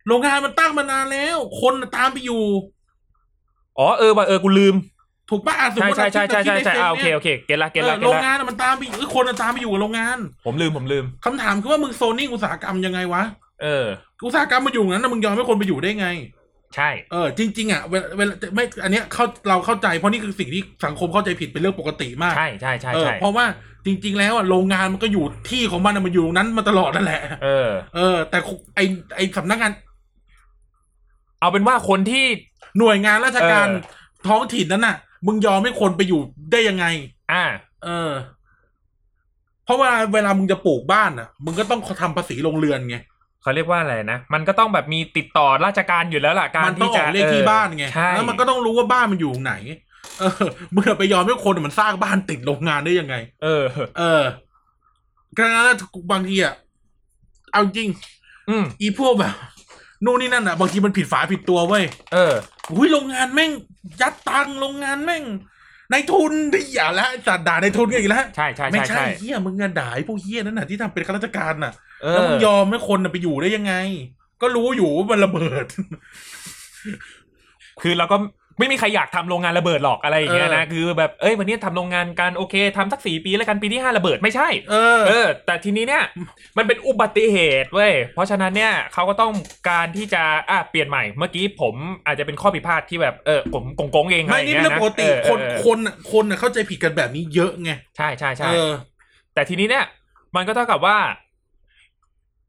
Speaker 2: โรงงานมันตั้งมานานแล้ว คนน่ะตามไปอยู่
Speaker 1: อ๋อเออว่ะเออกูลืม
Speaker 2: ถูกป่ะอ่ะสม
Speaker 1: ใช่
Speaker 2: มติ
Speaker 1: ใช่ใช่ใช่ใช่
Speaker 2: เราคิด
Speaker 1: ใช่
Speaker 2: ใน
Speaker 1: อ่า
Speaker 2: เซนส์
Speaker 1: โอเค
Speaker 2: นี่ย
Speaker 1: โอเคเก็ตละเก็ตละ
Speaker 2: ออ
Speaker 1: เก็
Speaker 2: โร
Speaker 1: ต
Speaker 2: ง
Speaker 1: ละ
Speaker 2: งานน่ะมันตามไปเออคนน่ะตามไปอยู่กับโรงงาน
Speaker 1: ผมลืมผมลืม
Speaker 2: คำถามคือว่ามึงโซนิ่งอุตสาหกรรมยังไงวะ
Speaker 1: เออ
Speaker 2: อุตสาหกรรมมาอยู่งั้นนะมึงยอมให้คนไปอยู่ได้ไง
Speaker 1: ใช่
Speaker 2: เออจริงๆอ่ะเวลาเวลาไม่อันเนี้ยเข้าเราเข้าใจเพราะนี่คือสิ่งที่สังคมเข้าใจผิดเป็นเรื่องปกติมาก
Speaker 1: ใช่ใช่ใช่
Speaker 2: เออ
Speaker 1: ใช่
Speaker 2: เพราะว่าจริง ๆ แล้วอ่ะโรงงานมันก็อยู่ที่ของมันน่ะมันอยู่ตรงนั้นมาตลอดนั่นแหละ
Speaker 1: เออ
Speaker 2: เออ แต่คุไอไอสำนักงาน
Speaker 1: เอาเป็นว่าคนที่
Speaker 2: หน่วยงานราชการ
Speaker 1: เออ
Speaker 2: ท้องถิ่นนั้นน่ะ มึงยอมให้คนไปอยู่ได้ยังไง
Speaker 1: อ่า
Speaker 2: เออ เพราะว่าเวลามึงจะปลูกบ้านอ่ะ มึงก็ต้องทำภาษีโรงเรือนไง
Speaker 1: เขาเรียกว่าอะไรนะ มันก็ต้องแบบมีติดต่อราชการอยู่แล้วล่ะการ
Speaker 2: มันต้อ
Speaker 1: ที่
Speaker 2: งอ
Speaker 1: จะ
Speaker 2: อกเลขที่บ้านไง
Speaker 1: ใช่
Speaker 2: แล้วมันก็ต้องรู้ว่าบ้านมันอยู่ไหน เออมึงจะไปยอมให้คนมันสร้างบ้านติดโรงงานได้ยังไง
Speaker 1: เออ
Speaker 2: เออดังนั้นนะบางทีอ่ะ เอาจริง
Speaker 1: อืม
Speaker 2: อีพวกแบบนู่นนี่นั่นอ่ะ บางทีมันผิดฝาผิดตัวเว้ย
Speaker 1: เออ
Speaker 2: อุ้ยโรงงานแม่ง ยัดตังค์โรงงานแม่งนายทุนดิอย่าละไอ้สัตว์ด่านายทุนกันอีกแล้ว
Speaker 1: ใช่ใช่
Speaker 2: ไม่
Speaker 1: ใช่
Speaker 2: ใช่
Speaker 1: ใช่
Speaker 2: เฮียมึงงานด่าไอ้พวกเฮียนั่นน่ะที่ทำเป็นข้าราชการน่ะ
Speaker 1: เอ
Speaker 2: แล้ว
Speaker 1: อ
Speaker 2: มึงยอมให้คนน่ะไปอยู่ได้ยังไง ก็รู้อยู่ว่ามันระเบิด
Speaker 1: คือเราก็ไม่มีใครอยากทำโรงงานระเบิดหรอกอะไรอย่างเงี้ยนะคือแบบเอ้ยวันนี้ทำโรงงานการโอเคทำสักสี่ปีแล้วกันปีที่ห้าระเบิดไม่ใช่
Speaker 2: เออ
Speaker 1: เออแต่ทีนี้เนี่ยมันเป็นอุบัติเหตุเว้ยเพราะฉะนั้นเนี่ยเขาก็ต้องการที่จะอ่ะเปลี่ยนใหม่เมื่อกี้ผมอาจจะเป็นข้อผิดพลาดที่แบบเออผมกงกงๆเองอะไร
Speaker 2: ไม่
Speaker 1: อย่าง
Speaker 2: นี่
Speaker 1: เงี้ย
Speaker 2: เป็นเรื่อ
Speaker 1: นะ
Speaker 2: งปกติ
Speaker 1: เออ
Speaker 2: คน
Speaker 1: เออ
Speaker 2: คนน่ะคนน่ะเข้าใจผิดกันแบบนี้เยอะไง
Speaker 1: ใช่ใช่ใช่
Speaker 2: เออ
Speaker 1: แต่ทีนี้เนี่ย มันก็เท่ากับว่า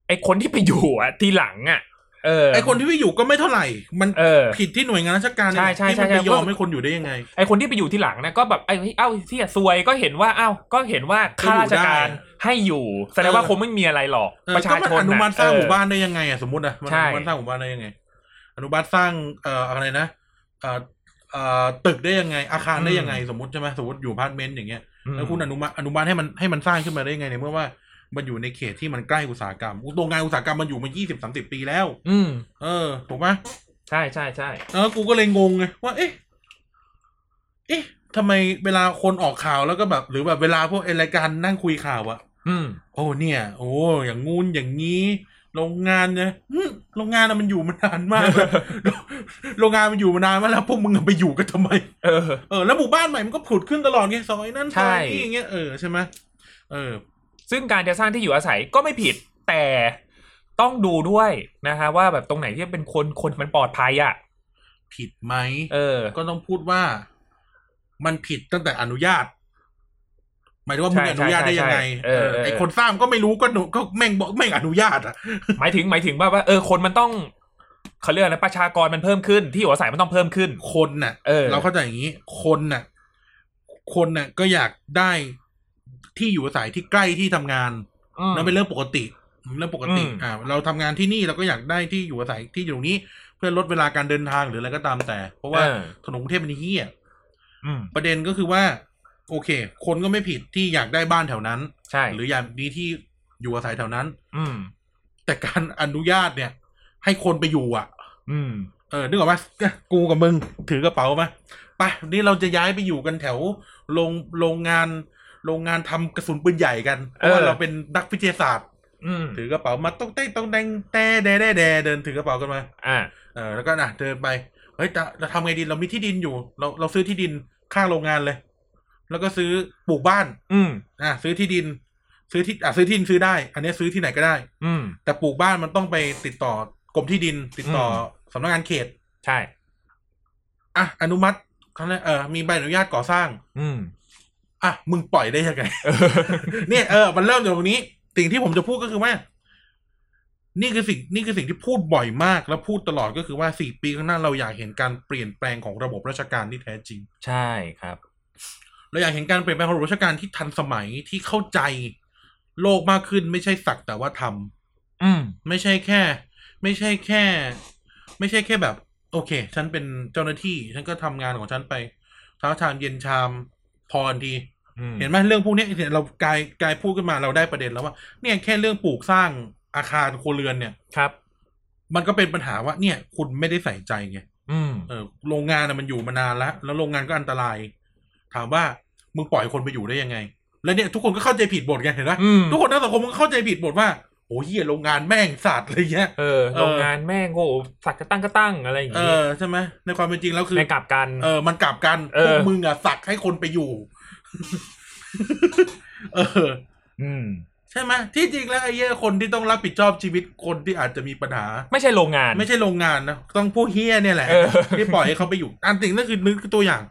Speaker 1: ไอคนที่ไปอยู่อะทีหลังอะเออ
Speaker 2: ไอคนที่ไปอยู่ก็ไม่เท่าไหร่ มัน
Speaker 1: เออ
Speaker 2: ผิดที่หน่วยงานราชการนี่แหละ
Speaker 1: ใช่ใช่
Speaker 2: ที่มัน
Speaker 1: ใช่
Speaker 2: ไป
Speaker 1: ใช่
Speaker 2: ยอมให้คนอยู่ได้ยังไง
Speaker 1: ไอคนที่ไปอยู่ทีหลังนะก็แบบไอ้เฮ้ยเอ้าเสียซวยก็เห็นว่าเอ้าก็เห็นว่าข้าราชการให้อยู่แสดงว่า
Speaker 2: เออ
Speaker 1: คงไม่มีอะไรหรอก
Speaker 2: เออ
Speaker 1: ประชา
Speaker 2: ก็มัน
Speaker 1: ชน
Speaker 2: อนุมัติสร้าง
Speaker 1: เออ
Speaker 2: หมู่บ้านได้ยังไงอ่ะสมมติอ่ะมัน
Speaker 1: ใช่
Speaker 2: อนุมัติสร้างหมู่บ้านได้ยังไง อนุมัติสร้างเอ่ออะไรนะเอ่อเอ่อตึกได้ยังไง อาคารได้ยังไง สมมติใช่ไหมสมมติอยู่พาร์ทเมนต์อย่างเงี้ย
Speaker 1: อืม
Speaker 2: แล้วคุณอนุมัติอนุมัติให้มันให้มันสร้างขึ้นมาได้ยังไงในเมื่อว่ามันอยู่ในเขตที่มันใกล้อุตสาหกรรมโรงงานอุตสาหกรรมมันอยู่มายี่สิบสามสิบปีแล้ว
Speaker 1: อืม
Speaker 2: เออถูกไหม
Speaker 1: ใช่ใช่ใช่
Speaker 2: แล้วกูก็เลยงงไงว่า เอ๊ะเอ๊ะทำไมเวลาคนออกข่าวแล้วก็แบบ หรือแบบเวลาพวกไอ้รายการนั่งคุยข่าวอะ
Speaker 1: อืม
Speaker 2: โอ้เนี่ย โอ้อย่างงูนอย่างนี้โรงงานเนี่ยอืมโรงงานน่ะมันอยู่มานานมาก แล้ว โรงงานมันอยู่มานานมากแล้วพวกมึงอะไปอยู่กันทำไม
Speaker 1: เออ
Speaker 2: เออแล้วหมู่บ้านใหม่มันก็ผุดขึ้นตลอดไงซอยนั้นซ
Speaker 1: ใช่
Speaker 2: อยนี้อย่างเงี้ยเออใช่ไหมเออ
Speaker 1: ซึ่งการจะสร้างที่อยู่อาศัยก็ไม่ผิดแต่ต้องดูด้วยนะฮะว่าแบบตรงไหนที่เป็นคนคนมันปลอดภัยอ่ะ
Speaker 2: ผิดไหม
Speaker 1: เออ
Speaker 2: ก็ต้องพูดว่ามันผิดตั้งแต่อนุญาต หมายถึงว่ามึง
Speaker 1: ใช่
Speaker 2: อนุญาตได้ยังไง
Speaker 1: ใช่ใช่เออเออ
Speaker 2: ไอคนสร้างก็ไม่รู้ก็หนูก็แม่งบอกแม่งอนุญาตอ่ะ
Speaker 1: หมายถึงหมายถึงว่าว่าเออคนมันต้องเขาเรียกอะไรประชากรมันเพิ่มขึ้นที่อยู่อาศัยมันต้องเพิ่มขึ้น
Speaker 2: คนน่ะ
Speaker 1: เออ
Speaker 2: เข้าใจอย่างนี้ คนน่ะ คนน่ะ ก็อยากได้ที่อยู่อาศัยที่ใกล้ที่ทำงาน
Speaker 1: อืม
Speaker 2: นั่นเป็นเรื่องปกติเรื่องปกติ
Speaker 1: อืม
Speaker 2: อ่า เราทำงานที่นี่เราก็อยากได้ที่อยู่อาศัยที่อยู่ตรงนี้ เพื่อลดเวลาการเดินทางหรืออะไรก็ตามแต่ เพราะว่า
Speaker 1: เออ
Speaker 2: ถนนกรุงเทพมันเฮี้ย
Speaker 1: อืม
Speaker 2: ประเด็นก็คือว่า โอเค คนก็ไม่ผิดที่อยากได้บ้านแถวนั้น
Speaker 1: ใช่
Speaker 2: หรืออยากมีที่อยู่อาศัยแถวนั้น
Speaker 1: อืม
Speaker 2: แต่การอนุญาตเนี่ย ให้คนไปอยู่อ่ะ
Speaker 1: อืม
Speaker 2: เออนึกออกปะกูกับมึง ถือกระเป๋ามาไปนี่เราจะย้ายไปอยู่กันแถวโรงโรงงาน โรงงานทำกระสุนปืนใหญ่กันเพราะว่า
Speaker 1: เออ
Speaker 2: เราเป็นนักวิทยาศาสตร์
Speaker 1: อืม
Speaker 2: ถือกระเป๋ามาต้องเต้นต้องแดงแต่แดแดแดเดินถือกระเป๋ากันมา
Speaker 1: อ่า
Speaker 2: เออแล้วก็น่ะเดินไปเฮ้ยแต่เราทำไงดีเรามีที่ดินอยู่ เราเราซื้อที่ดินข้างโรงงานเลย แล้วก็ซื้อปลูกบ้าน
Speaker 1: อืม
Speaker 2: อ่ะซื้อที่ดิน ซื้อที่อ่ะซื้อที่ดินซื้อได้ อันนี้ซื้อที่ไหนก็ได้
Speaker 1: อืม
Speaker 2: แต่ปลูกบ้านมันต้องไปติดต่อกรมที่ดิน ติดต่ออ
Speaker 1: ม
Speaker 2: สำนักงานเขต
Speaker 1: ใช่
Speaker 2: อ่ะอนุมัติเขาเรียกเออมีใบอนุญาตก่อสร้าง
Speaker 1: อืม
Speaker 2: อ่ะมึงปล่อยได้ยังไง
Speaker 1: เออ
Speaker 2: เนี่ยเออมันเริ่มจากตรงนี้ สิ่งที่ผมจะพูดก็คือว่า นี่คือสิ่งนี่คือสิ่งที่พูดบ่อยมากแล้วพูดตลอดก็คือว่าสี่ปีข้างหน้าเราอยากเห็นการเปลี่ยนแปลงของระบบราชการที่แท้จริง
Speaker 1: ใช่ครับ
Speaker 2: เราอยากเห็นการเปลี่ยนแปลงของระบบราชการที่ทันสมัยที่เข้าใจโลกมากขึ้นไม่ใช่สักแต่ว่าทำ
Speaker 1: อืม
Speaker 2: ไม่ใช่แค่ ไม่ใช่แค่ ไม่ใช่แค่แบบ โอเค ฉันเป็นเจ้าหน้าที่ ฉันก็ทำงานของฉันไปเช้าชามเย็นชามพรที
Speaker 1: อืม
Speaker 2: เห็นไหมเรื่องพวกเนี้ยเนี่ยเรากายกายพูดขึ้นมาเราได้ประเด็นแล้วว่า เนี่ยแค่เรื่องปลูกสร้างอาคารครัวเรือนเนี่ย
Speaker 1: ครับ
Speaker 2: มันก็เป็นปัญหาว่า เนี่ย คุณไม่ได้ใส่ใจไง
Speaker 1: อืม
Speaker 2: เออโรงงานน่ะมันอยู่มานานแล้ว แล้วโรงงานก็อันตราย ถามว่ามึงปล่อยคนไปอยู่ได้ยังไง แล้วเนี่ย ทุกคนก็เข้าใจผิดบทไงเห็นไหม
Speaker 1: อืม
Speaker 2: ทุกคนในสังคมก็เข้าใจผิดบทว่าโอ้เหี้ยโรงงานแม่งสัตว์อะไรเงี้ย
Speaker 1: เออโรงงานแม่งโง่สักกระตั้งกระตั้งอะไรอย่าง
Speaker 2: เอ
Speaker 1: งี้
Speaker 2: อใช่ไหมในความเป็นจริงแล้วคือ
Speaker 1: ในกลับกัน
Speaker 2: เออมันกลับกัน
Speaker 1: เออ
Speaker 2: พวกมึงอ่ะสักให้คนไปอยู่ เออ
Speaker 1: อืม
Speaker 2: ใช่ไหมที่จริงแล้วไอ้เหี้ยคนที่ต้องรับผิดชอบชีวิตคนที่อาจจะมีปัญหา
Speaker 1: ไม่ใช่โรงงาน
Speaker 2: ไม่ใช่โรงงานนะต้องพวกเฮียเนี่ยแหละ
Speaker 1: เออ
Speaker 2: ที่ปล่อยให้เขาไปอยู่อันจริงนั่นคือนึกตัวอย่าง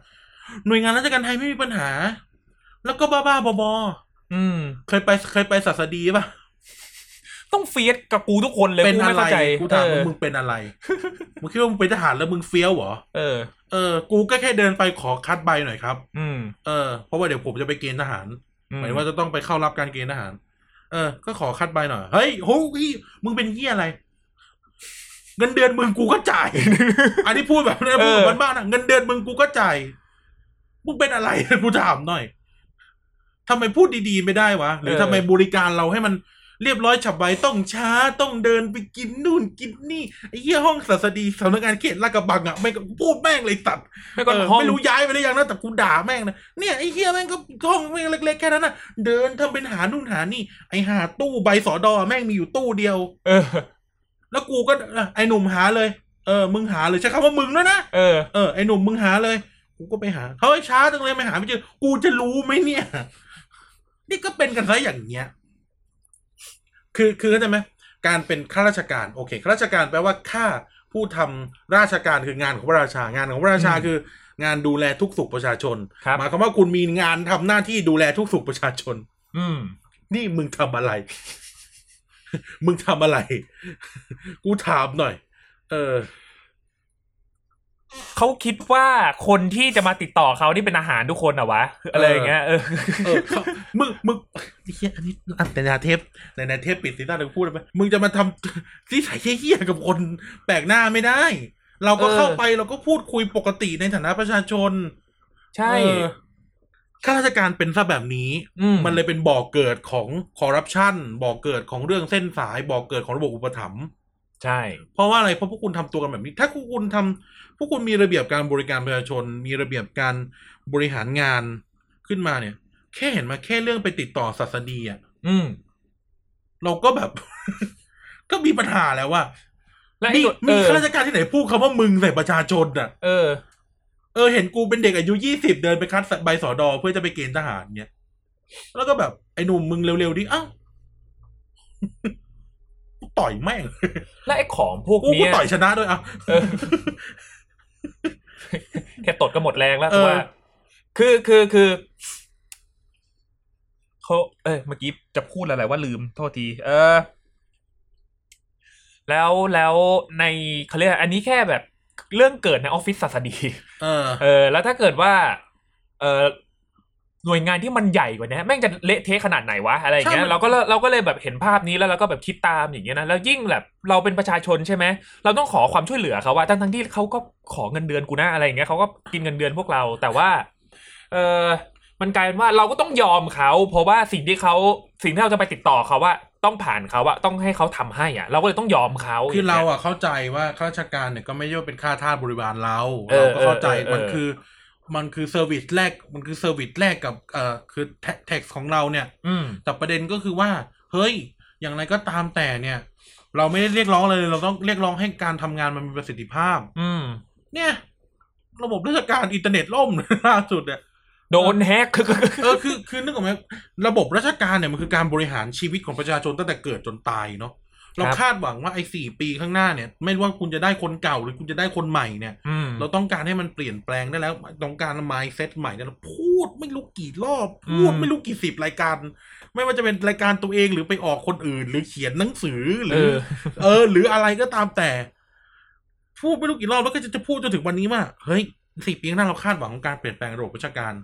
Speaker 2: หน่วยงานราชการไทยไม่มีปัญหา แล้วก็บ้าๆบอ
Speaker 1: อืม
Speaker 2: ๆเคยไปเคยไปศาสดีป่ะ
Speaker 1: ต้องเฟียสกับกูทุกคนเลย
Speaker 2: เป็น
Speaker 1: กู
Speaker 2: อะ
Speaker 1: ไม่
Speaker 2: ไร
Speaker 1: เข้าใจ
Speaker 2: กูถาม
Speaker 1: เอ
Speaker 2: ว่า
Speaker 1: อ
Speaker 2: มึงเป็นอะไรมึงคิดว่ามึงเป็นทหารแล้วมึงเฟี้ยวเหรอ
Speaker 1: เออ
Speaker 2: เออกูก็แค่เดินไปขอคัดใบหน่อยครับ
Speaker 1: อืม
Speaker 2: เออเพราะว่าเดี๋ยวผมจะไปเกณฑ์ทหาร หมายว่าจะต้องไปเข้ารับการเกณฑ์ทหาร เออ ก็ขอคัดใบหน่อย เฮ้ยโหยมึงเป็นเหี้ยอะไร เงินเดือนมึงกูก็จ่าย อันนี้พูดแบบนี้พูดแบบบ้านๆนะเงินเดือนมึงกูก็จ่าย มึงเป็นอะไร กูถามหน่อยทำไมพูดดีๆไม่ได้วะ หรือทำไมบริการเราให้มันเรียบร้อยฉับไวต้องช้าต้องเดินไปกินนู่นกินนี่ไอ้เหี้ยห้องศาสดีสำนักงานเขตลาดกระบังอ่ะไม่งก็พูดแม่งเลยสัตว์
Speaker 1: ไม่ก็
Speaker 2: เออ
Speaker 1: ห้อง
Speaker 2: ไม่รู้ย้ายไปหรือยังนะแต่กูด่าแม่งนะเนี่ยไอ้เฮียแม่งก็ห้องแม่งเล็กๆแค่นั้นนะเดินทำเป็นหานู่นหานี่ ไอหาตู้ใบสอดอแม่งมีอยู่ตู้เดียว
Speaker 1: เออ
Speaker 2: แล้วกูก็อ่ะไอหนุ่มหาเลยเออมึงหาเลยใช้คำว่ามึงด้วยนะ
Speaker 1: เออ
Speaker 2: เออไอหนุ่มมึงหาเลย กูก็ไปหาเฮ้ยช้าจังเลยไม่หาไม่เจอกูจะรู้ไหมเนี่ย นี่ก็เป็นกันซะอย่างเงี้ย คือคือเข้าใจไหมการเป็นข้าราชการโอเคข้าราชการแปลว่าข้าผู้ทำราชการคืองานของพระราชางานของพระราชา
Speaker 1: อืม
Speaker 2: คือ งานดูแลทุกสุขประชาชน
Speaker 1: ครับ
Speaker 2: หมายความว่าคุณมีงานทำหน้าที่ดูแลทุกสุขประชาชน
Speaker 1: อืม
Speaker 2: นี่มึงทำ อะไร มึงทำอะไร กูถามหน่อย เออ
Speaker 1: เขาคิดว่าคนที่จะมาติดต่อเขานี่เป็นอาหารทุกคนเหรอวะอะไรอย่างเงี้ยเออ
Speaker 2: เออเขามึงมึงเฮียอันนี้อันแต่นาเทปในนาเทปปิดซีซั่นเราพูดไปมึงจะมาทำ ที่ใส่เฮี้ยๆกับคนแปลกหน้าไม่ได้ เราก็
Speaker 1: เออ
Speaker 2: เข้าไปเราก็พูดคุยปกติในฐานะประชาชน
Speaker 1: ใช่
Speaker 2: เออข้าราชการเป็นซะแบบนี้
Speaker 1: ม
Speaker 2: มันเลยเป็นบ่อเกิดของคอร์รัปชันบ่อเกิดของเรื่องเส้นสายบ่อเกิดของระบบอุปถัมภ์
Speaker 1: ใช่
Speaker 2: เพราะว่าอะไรเพราะพวกคุณทำตัวกันแบบนี้ ถ้าพวกคุณทำพวกคุณมีระเบียบการบริการประชาชน มีระเบียบการบริหารงานขึ้นมาเนี่ย แค่เห็นมาแค่เรื่องไปติดต่อศาสดีอ่ะ
Speaker 1: อืม
Speaker 2: เราก็แบบ ก็มีปัญหาแล้วว่า
Speaker 1: และไอ้
Speaker 2: มี
Speaker 1: ตัว
Speaker 2: มี
Speaker 1: เออ
Speaker 2: ข้าราชการที่ไหนพูดคำว่ามึงใส่ประชาชนอ่ะ
Speaker 1: เออ
Speaker 2: เออเห็นกูเป็นเด็กอายุยี่สิบเดินไปคัดใบสอดอเพื่อจะไปเกณฑ์ทหารเนี่ย แล้วก็แบบไอ้หนุ่มมึงเร็วๆดิอ้าว กูต่อยแม่ง
Speaker 1: และไอ้ของพวก
Speaker 2: กูกู
Speaker 1: เนี้ย
Speaker 2: ต่อยชนะด้วยอ่ะ
Speaker 1: เออ แค่ตดก็หมดแรงแล้ว
Speaker 2: เออ
Speaker 1: ว่า คือคือคือเขาเอ้ยเมื่อกี้จะพูดอะไรว่าลืมโทษที เออ แล้วแล้วในเขาเรียกอะไรอันนี้แค่แบบเรื่องเกิดในออฟฟิศศาสดี
Speaker 2: เออ
Speaker 1: เออ แล้วถ้าเกิดว่า เออหน่วยงานที่มันใหญ่กว่านี้แม่งจะเละเทะขนาดไหนวะอะไรอย่างเงี้
Speaker 2: ใช่มั
Speaker 1: ย
Speaker 2: น
Speaker 1: เราก็เลยเราก็เลยแบบเห็นภาพนี้แล้วเราก็แบบคิดตามอย่างเงี้ยนะแล้วยิ่งแบบเราเป็นประชาชนใช่ไหมเราต้องขอความช่วยเหลือเขาว่าทั้งทั้งๆที่เขาก็ขอเงินเดือนกูนะอะไรอย่างเงี้ยเขาก็กินเงินเดือนพวกเรา แต่ว่า เออมันกลายเป็นว่าเราก็ต้องยอมเขา เพราะว่าสิ่งที่เขาสิ่งที่เราจะไปติดต่อเขาว่าต้องผ่านเขาอะต้องให้เขาทำให้อะเราก็เลยต้องยอมเขา
Speaker 2: คือ
Speaker 1: อย่
Speaker 2: เรา
Speaker 1: งงี้ย
Speaker 2: อ่ะเข้าใจว่าข้าราชการเนี่ยก็ไม่ย่อเป็นค่าทาสบริบาลเรา
Speaker 1: เออ
Speaker 2: เราก็เข้าใจ
Speaker 1: เออเออ
Speaker 2: มันคือ มันคือเซอร์วิสแรกมันคือเซอร์วิสแรกกับเอ่อคือแท็กของเราเนี่ย
Speaker 1: อืม
Speaker 2: แต่ประเด็นก็คือว่า เฮ้ย อย่างไรก็ตามแต่เนี่ย เราไม่ได้เรียกร้องอะไรเลยเราต้องเรียกร้องให้การทำงานมันมีประสิทธิภาพ
Speaker 1: อืม
Speaker 2: เนี่ย ระบบราชการอินเทอร์เน็ตล่ม ล่าสุด เนี่ย
Speaker 1: โดนแฮก
Speaker 2: เออคือคือนึกออกไหมระบบราชการเนี่ยมันคือการบริหารชีวิตของประชาชนตั้งแต่เกิดจนตายเนาะเรา
Speaker 1: ครับ
Speaker 2: คาดหวังว่าไอ้สี่ปีข้างหน้าเนี่ย ไม่ว่าคุณจะได้คนเก่าหรือคุณจะได้คนใหม่เนี่ย
Speaker 1: อืม
Speaker 2: เราต้องการให้มันเปลี่ยนแปลงได้แล้วต้องการไมล์เซตใหม่เนี่ยเราพูดไม่รู้กี่รอบพูด
Speaker 1: อืม
Speaker 2: ไม่รู้กี่สิบรายการ ไม่ว่าจะเป็นรายการตัวเองหรือไปออกคนอื่น หรือเขียนหนังสือหรือ
Speaker 1: เออ
Speaker 2: เออ หรืออะไรก็ตามแต่ พูดไม่รู้กี่รอบแล้วก็จะจะพูดจนถึงวันนี้ว่าเฮ้ยสี่ปีข้างหน้าเราคาดหวังของการเปลี่ยนแปลงระบบราชการ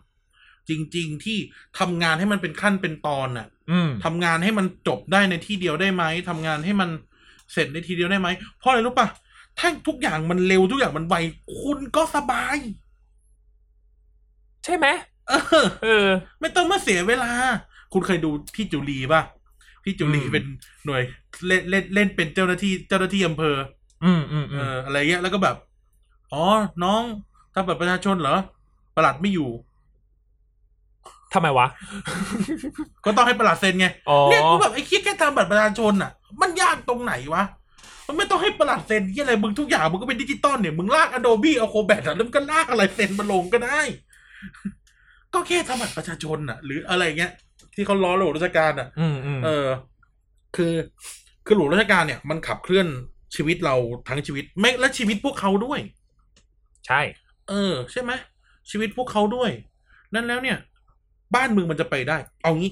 Speaker 2: จริง ๆ ที่ทำงานให้มันเป็นขั้นเป็นตอนน่ะ
Speaker 1: อืม
Speaker 2: ทำงานให้มันจบได้ในที่เดียวได้ไหมทำงานให้มันเสร็จในทีเดียวได้ไหมเพราะอะไรรู้ปะถ้าทุกอย่างมันเร็วทุกอย่างมันไวคุณก็สบาย
Speaker 1: ใช่ไหม
Speaker 2: เออ
Speaker 1: เออ
Speaker 2: ไม่ต้องมาเสียเวลา คุณเคยดูพี่จุลีป่ะ พี่จุลี
Speaker 1: อืม
Speaker 2: เป็นหน่วยเล่นเล่นเล่นเป็นเจ้าหน้าที่เจ้าหน้าที่อำเภอ
Speaker 1: อืมอืมอื
Speaker 2: เอ
Speaker 1: ม
Speaker 2: ออะไรเงี้ยแล้วก็แบบ อ๋อ น้องทำบัตรประชาชนเหรอประหลัดไม่อยู่
Speaker 1: ทำไมวะ
Speaker 2: ก็ต้องให้ประหลัดเซ็นไง
Speaker 1: อ๋อ
Speaker 2: เนี่ยกูแบบไอ้คิดแค่ทำบัตรประชาชนอ่ะ มันยากตรงไหนวะ มันไม่ต้องให้ประหลัดเซ็นที่อะไรมึงทุกอย่างมึงก็เป็นดิจิตอลเนี่ย มึงลาก Adobe Acrobat อ่ะแล้วมึงก็ลากอะไรเซ็นมาลงก็ได้ ก็แค่ทำบัตรประชาชนอ่ะ หรืออะไรเงี้ย ที่เขาล้อระบบราชการอ่ะ
Speaker 1: อืมอืม
Speaker 2: เออ คือคือหลวงราชการเนี่ย มันขับเคลื่อนชีวิตเราทั้งชีวิตไม่และชีวิตพวกเขาด้วย
Speaker 1: ใช่
Speaker 2: เออ ใช่ไหมชีวิตพวกเขาด้วย นั่นแล้วเนี่ย บ้านเมืองมันจะไปได้ เอางี้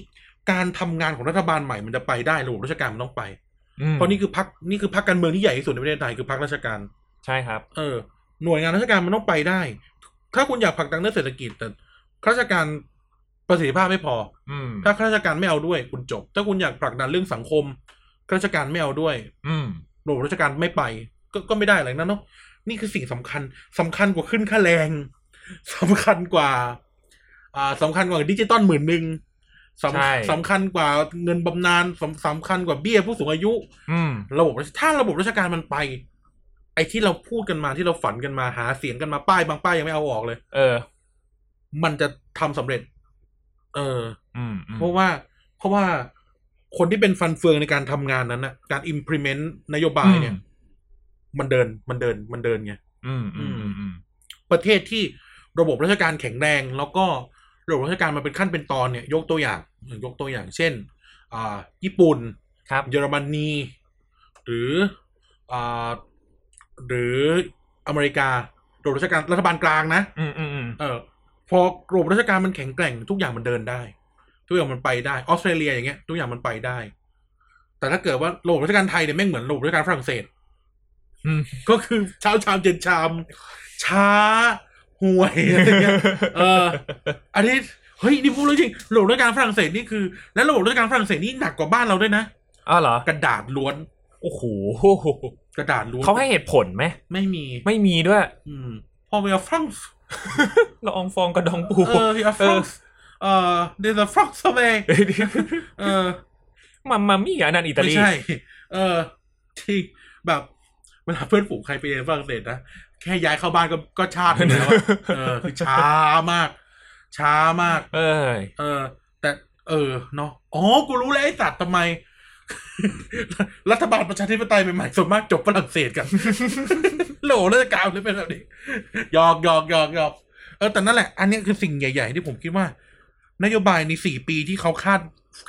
Speaker 2: การทำงานของรัฐบาลใหม่มันจะไปได้ระบบราชการมันต้องไป
Speaker 1: อืม
Speaker 2: เพราะนี่คือพักนี่คือพักการเมืองที่ใหญ่ที่สุดในประเทศไทยคือพักราชการ
Speaker 1: ใช่ครับ
Speaker 2: เออ หน่วยงานราชการมันต้องไปได้ ถ้าคุณอยากผลักดันเรื่องเศรษฐกิจแต่ข้าราชการประสิทธิภาพไม่พอ
Speaker 1: อืม
Speaker 2: ถ้าข้าราชการไม่เอาด้วย คุณจบ ถ้าคุณอยากผลักดันเรื่องสังคมข้าราชการไม่เอาด้วย
Speaker 1: อืม
Speaker 2: ระบบราชการไม่ไป ก็ก็ไม่ได้อะไรนั่นเนาะนี่คือสิ่งสำคัญสำคัญกว่าขึ้นค่าแรงสำคัญกว่า อ่าสำคัญกว่าดิจิตอลหมื่นหนึ่งส
Speaker 1: ใช่
Speaker 2: ำสำคัญกว่าเงินบำนาญสำสำคัญกว่าเบี้ยผู้สูงอายุ
Speaker 1: อืม
Speaker 2: ระบบราชถ้าระบบราชการมันไป ไอ้ที่เราพูดกันมาที่เราฝันกันมาหาเสียงกันมาป้ายบางป้ายยังไม่เอาออกเลย
Speaker 1: เออ
Speaker 2: มันจะทำสำเร็จ เออ
Speaker 1: อืมอืม
Speaker 2: เพราะว่า เพราะว่าคนที่เป็นฟันเฟืองในการทำงานนั้นนะการ implement นโยบายเนี่ย มันเดินมันเดินมันเดินไง
Speaker 1: อืมอืมอืมอืม
Speaker 2: ประเทศที่ระบบราชการแข็งแรง แล้วก็ระบบราชการมันเป็นขั้นเป็นตอนเนี่ย ยกตัวอย่าง ยกตัวอย่าง เช่น อ่า ญี่ปุ่น
Speaker 1: ครับ
Speaker 2: เยอรมนีหรืออ่าหรืออเมริการะบบราชการรัฐบาลกลางนะ
Speaker 1: อืมอืมอืม
Speaker 2: เออพอระบบราชการมันแข็งแกร่ง ทุกอย่างมันเดินได้ ทุกอย่างมันไปได้ออสเตรเลียอย่างเงี้ยทุกอย่างมันไปได้ แต่ถ้าเกิดว่าระบบราชการไทยเนี่ยแม่งเหมือนระบบราชการฝรั่งเศส
Speaker 1: อืม
Speaker 2: ก็คือเช้าชามเย็นชาม ช้าห่วยอะไรเงี้ยเออ อันนี้เฮ้ยนี่พูดเรื่องจริงระบบราชการฝรั่งเศสนี่คือ และระบบราชการฝรั่งเศสนี่หนักกว่าบ้านเราด้วยนะ
Speaker 1: อ้าวเหรอ
Speaker 2: กระดาษล้วน
Speaker 1: โอ้โห
Speaker 2: กระดาษล้วน
Speaker 1: เขาให้เหตุผลไหม
Speaker 2: ไม่มี
Speaker 1: ไม่มีด้วย
Speaker 2: อืมพอเวลฟรังส์
Speaker 1: ละอองฟองกระดองปู
Speaker 2: เอ อเวลฟรังส์เออเดอะฟรังส์เว เออ
Speaker 1: มามามี่อันนั้นอิตา
Speaker 2: ไม่
Speaker 1: ลี
Speaker 2: ใช่ เออที่แบบเวลาเพื่อนฝูงใครไปเรียนฝรั่งเศสนะแค่ย้ายเข้าบ้านก็ก็ชาติหนึ่งแล้วอะเออคือช้ามาก ช้ามาก
Speaker 1: เอ้ย
Speaker 2: เออ แต่ เออเนาะอ๋อ กูรู้แล้วไอ้สัตว์ทำไม รัฐบาลประชาธิปไตยใหม่ๆส่วนมากจบฝรั่งเศสกัน โหลราชการเลยเป็นแบบนี้หยอกหยอกหยอกหยอกเออแต่นั่นแหละ อันเนี้ยคือสิ่งใหญ่ ๆ ที่ผมคิดว่า นโยบายในสี่ปีที่เขาคาด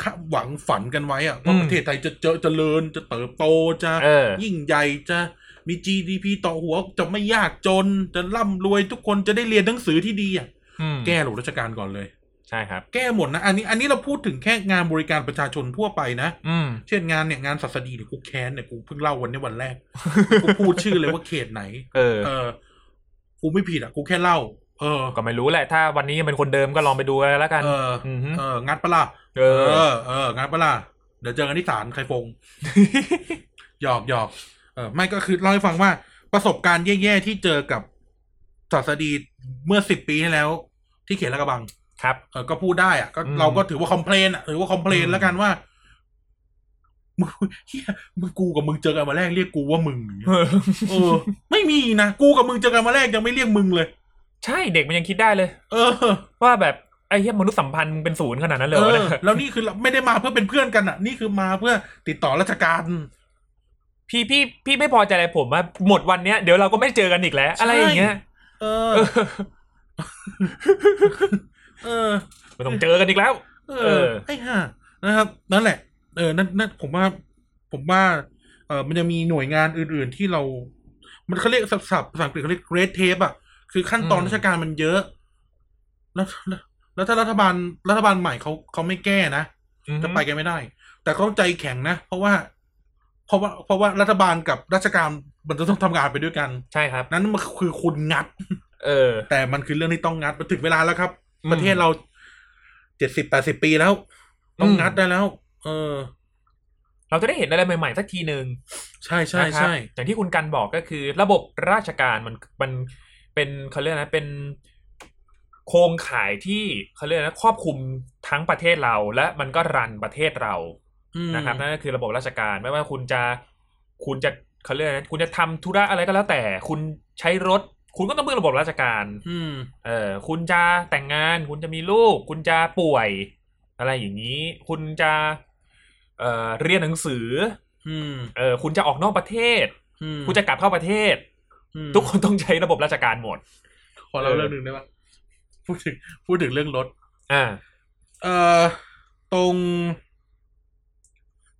Speaker 2: คาดหวังฝันกันไว้อะว่า
Speaker 1: อืม
Speaker 2: ประเทศไทยจะเจอเจริญจะเติบโตจะ
Speaker 1: เออ
Speaker 2: ยิ่งใหญ่จะมี GDP ต่อหัวจะไม่ยากจน จะร่ำรวยทุกคนจะได้เรียนหนังสือที่ดีอ่ะ
Speaker 1: อืม
Speaker 2: แก้หลวงราชการก่อนเลย
Speaker 1: ใช่ครับ
Speaker 2: แก้หมดนะ อันนี้อันนี้เราพูดถึงแค่งานบริการประชาชนทั่วไปนะ
Speaker 1: อืม
Speaker 2: เช่นงานเนี่ยงานศัสดีเนี่ยกูแค้นเนี่ยกูเพิ่งเล่าวันนี้วันแรก กูพูดชื่อเลยว่าเขตไหน
Speaker 1: เออ
Speaker 2: เออกูไม่ผิดอ่ะกูแค่เล่า เออ
Speaker 1: ก็ไม่รู้แหละ ถ้าวันนี้ยังเป็นคนเดิมก็ลองไปดูกันแล้วกัน
Speaker 2: เออ
Speaker 1: อือฮึ
Speaker 2: เออ งัดปะล่ะ
Speaker 1: เออ
Speaker 2: เออเอองัดปะล่ะเดี๋ยวเจอกันที่ศาลใครฟง หยอกหยอกเออไม่ก็คือเล่าให้ฟังว่าประสบการณ์แย่ๆที่เจอกับศาสดีเมื่อสิบปีที่แล้ว ที่เขตลาดกระบัง
Speaker 1: ครับ
Speaker 2: เออก็พูดได้อะก็
Speaker 1: อืม
Speaker 2: เราก็ถือว่าคอมเพลนอะถือว่าคอมเพลน
Speaker 1: อืม
Speaker 2: แล้วกันว่า มึงเฮียมึงกูกับมึงเจอกันมาแรกเรียกกูว่ามึงอย่างเงี้ยเออ ไม่มีนะกูกับมึงเจอกันมาแรกยังไม่เรียกมึงเลย
Speaker 1: ใช่เด็กมันยังคิดได้เลย
Speaker 2: เออ
Speaker 1: ว่าแบบไอ้เหี้ยมนุษยสัมพันธ์มึงเป็นศูนย์ขนาดนั้นเลย
Speaker 2: เอ
Speaker 1: วะ
Speaker 2: อ
Speaker 1: เนี่ย
Speaker 2: แล้วนี่คือเราไม่ได้มาเพื่อเป็นเพื่อนกันอะนี่คือมาเพื่อติดต่อราชการ
Speaker 1: พี่พี่พี่ไม่พอใจอะไรผมว่าหมดวันเนี้ยเดี๋ยวเราก็ไม่เจอกันอีกแล้ว อะไรอย่างเงี้ย
Speaker 2: เออ
Speaker 1: เออ
Speaker 2: เออ
Speaker 1: ไม่ต้องเจอกันอีกแล้ว
Speaker 2: เอ
Speaker 1: เอ
Speaker 2: อ
Speaker 1: อ
Speaker 2: ไอ้ห่านะครับนั่นแหละ เออนั่นนั่นผมว่า ผมว่า เออมันจะมีหน่วยงานอื่น ๆที่เรา มันเขาเรียกศัพท์ศัพท์ภาษาอังกฤษเขาเรียก red tape อ่ะ คือขั้นตอน
Speaker 1: อืม
Speaker 2: ราชการมันเยอะ แล้วแล้วแล้วถ้ารัฐบาลรัฐบาลใหม่เขาเขาไม่แก้นะ
Speaker 1: อืม
Speaker 2: จะไปกันไม่ได้ แต่เขาใจแข็งนะ เพราะว่า เพราะว่า เพราะว่ารัฐบาลกับราชการมันจะต้องทำงานไปด้วยกัน
Speaker 1: ใช่ครับ
Speaker 2: นั้นมันคือคุณงัด
Speaker 1: เออ
Speaker 2: แต่มันคือเรื่องที่ต้องงัดมันถึงเวลาแล้วครับ
Speaker 1: อืม
Speaker 2: ประเทศเราเจ็ดสิบแปดสิบปีแล้ว ต้อง
Speaker 1: อืม
Speaker 2: งัดได้แล้ว เออ
Speaker 1: เราจะได้เห็นอะไรใหม่ๆสักทีหนึ่ง
Speaker 2: ใช่ใช่
Speaker 1: นะครับ
Speaker 2: ใช่
Speaker 1: อย่างที่คุณกันบอกก็คือ ระบบราชการมันมันเป็นเขาเรียกนะเป็นโครงข่ายที่เขาเรียกนะครอบคลุมทั้งประเทศเรา และมันก็รันประเทศเรา
Speaker 2: อืม
Speaker 1: นะครับนั่นก็คือระบบราชการไม่ว่าคุณจะคุณจะเขาเรียกอะไรนะคุณจะทำธุระอะไรก็แล้วแต่ คุณใช้รถ คุณก็ต้องพึ่งระบบราชการ
Speaker 2: อืม
Speaker 1: เออคุณจะแต่งงาน คุณจะมีลูก คุณจะป่วย อะไรอย่างนี้ คุณจะเอ่อเรียนหนังสือ
Speaker 2: อืม
Speaker 1: เออคุณจะออกนอกประเทศ
Speaker 2: อืม
Speaker 1: คุณจะกลับเข้าประเทศ
Speaker 2: อืม
Speaker 1: ทุกคนต้องใช้ระบบราชการหมด
Speaker 2: ขอเล่า
Speaker 1: เออ
Speaker 2: เรื่องหนึ่งได้ปะพูดถึง พูดถึงเรื่องรถ
Speaker 1: อ่า
Speaker 2: เอ่อ ตรง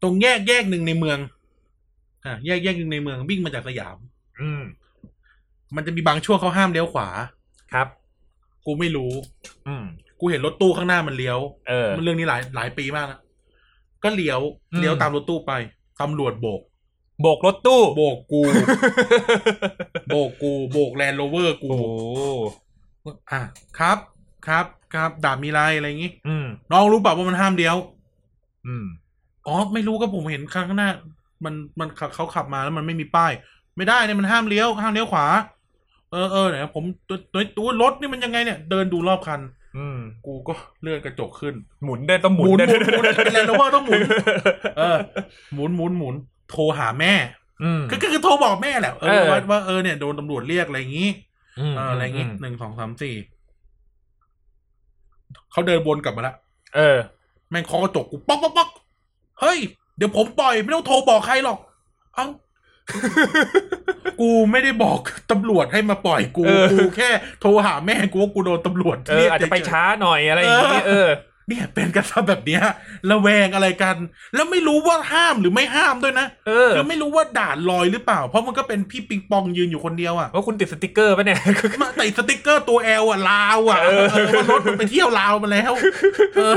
Speaker 2: ตรงแยกแยกหนึ่งในเมือง อ่ะแยกแยกหนึ่งในเมืองวิ่งมาจากสยาม
Speaker 1: อืม
Speaker 2: มันจะมีบางช่วงเขาห้ามเลี้ยวขวา
Speaker 1: ครับ
Speaker 2: กูไม่รู้
Speaker 1: อืม
Speaker 2: กูเห็นรถตู้ข้างหน้ามันเลี้ยว
Speaker 1: เออ
Speaker 2: มันเรื่องนี้หลายหลายปีมากนะก็เลี้ยว
Speaker 1: อืม
Speaker 2: เลี้ยวตามรถตู้ไปตำรวจโบก
Speaker 1: โบกรถตู้
Speaker 2: โบกกู โบกกู โบกแลนด์โรเวอร์กู
Speaker 1: โอ้โห
Speaker 2: อ่ะครับ ครับครับด่ามีไรอะไรอย่างงี้
Speaker 1: อืม
Speaker 2: น้องรู้ป่ะว่ามันห้ามเลี้ยว
Speaker 1: อืม
Speaker 2: อ๋อไม่รู้ก็ผมเห็นข้างหน้า มันมันเขาเขาขับมาแล้วมันไม่มีป้าย ไม่ได้เนี่ยมันห้ามเลี้ยวห้ามเลี้ยวขวา เออเออเนี่ยผมตัวตัวตัวรถนี่มันยังไงเนี่ย เดินดูรอบคัน
Speaker 1: อืม
Speaker 2: กูก็เลื่อนกระจกขึ้น
Speaker 1: หมุนเดินต้องห
Speaker 2: ห
Speaker 1: มุ
Speaker 2: มุนห
Speaker 1: เดิ
Speaker 2: มุนหมุนเป็นแลนด์โรเวอร์ต้องหมุน เออ หมุนหมุนหมุนโทรหาแม่
Speaker 1: อืม
Speaker 2: ก็ก็คือโทรบอกแม่แหละเอ
Speaker 1: เอ
Speaker 2: อ
Speaker 1: อ
Speaker 2: ว่าว่าเออเนี่ยโดนตำรวจเรียกอะไรอย่างงี้
Speaker 1: ม
Speaker 2: เอออะไรอย่างงี้หนึ่งสองสามสี่เขาเดินวนกลับมาละ
Speaker 1: เออ
Speaker 2: แม่งเคาะกระจกกูป๊อกป๊อกป๊อกเฮ้ย เดี๋ยวผมปล่อยไม่ต้องโทรบอกใครหรอก เอ้า กูไม่ได้บอกตำรวจให้มาปล่อยกู
Speaker 1: เออ
Speaker 2: กูแค่โทรหาแม่กูว่ากูโดนตำรวจ
Speaker 1: เออ
Speaker 2: เรียก
Speaker 1: อาจจะไป
Speaker 2: เฉย
Speaker 1: ช้าหน่อยอะไรอย่างงี้
Speaker 2: เอ
Speaker 1: เอ
Speaker 2: อ
Speaker 1: อ
Speaker 2: เนี่ยเป็นกันซะแบบเนี้ยระแวงอะไรกัน แล้วไม่รู้ว่าห้ามหรือไม่ห้ามด้วยนะ
Speaker 1: เออ
Speaker 2: คือไม่รู้ว่าด่านลอยหรือเปล่า เพราะมันก็เป็นพี่ปิงปองยืนอยู่คนเดียวอ่ะ
Speaker 1: ว่าคุณติดสติกเกอร์ป่ะเนี่ย
Speaker 2: มาติดสติ๊กเกอร์ตัวแอลอ่ะลาวอ่ะ
Speaker 1: เออ
Speaker 2: เออว่ารถมันไปเที่ยวลาวมาแล้วเออ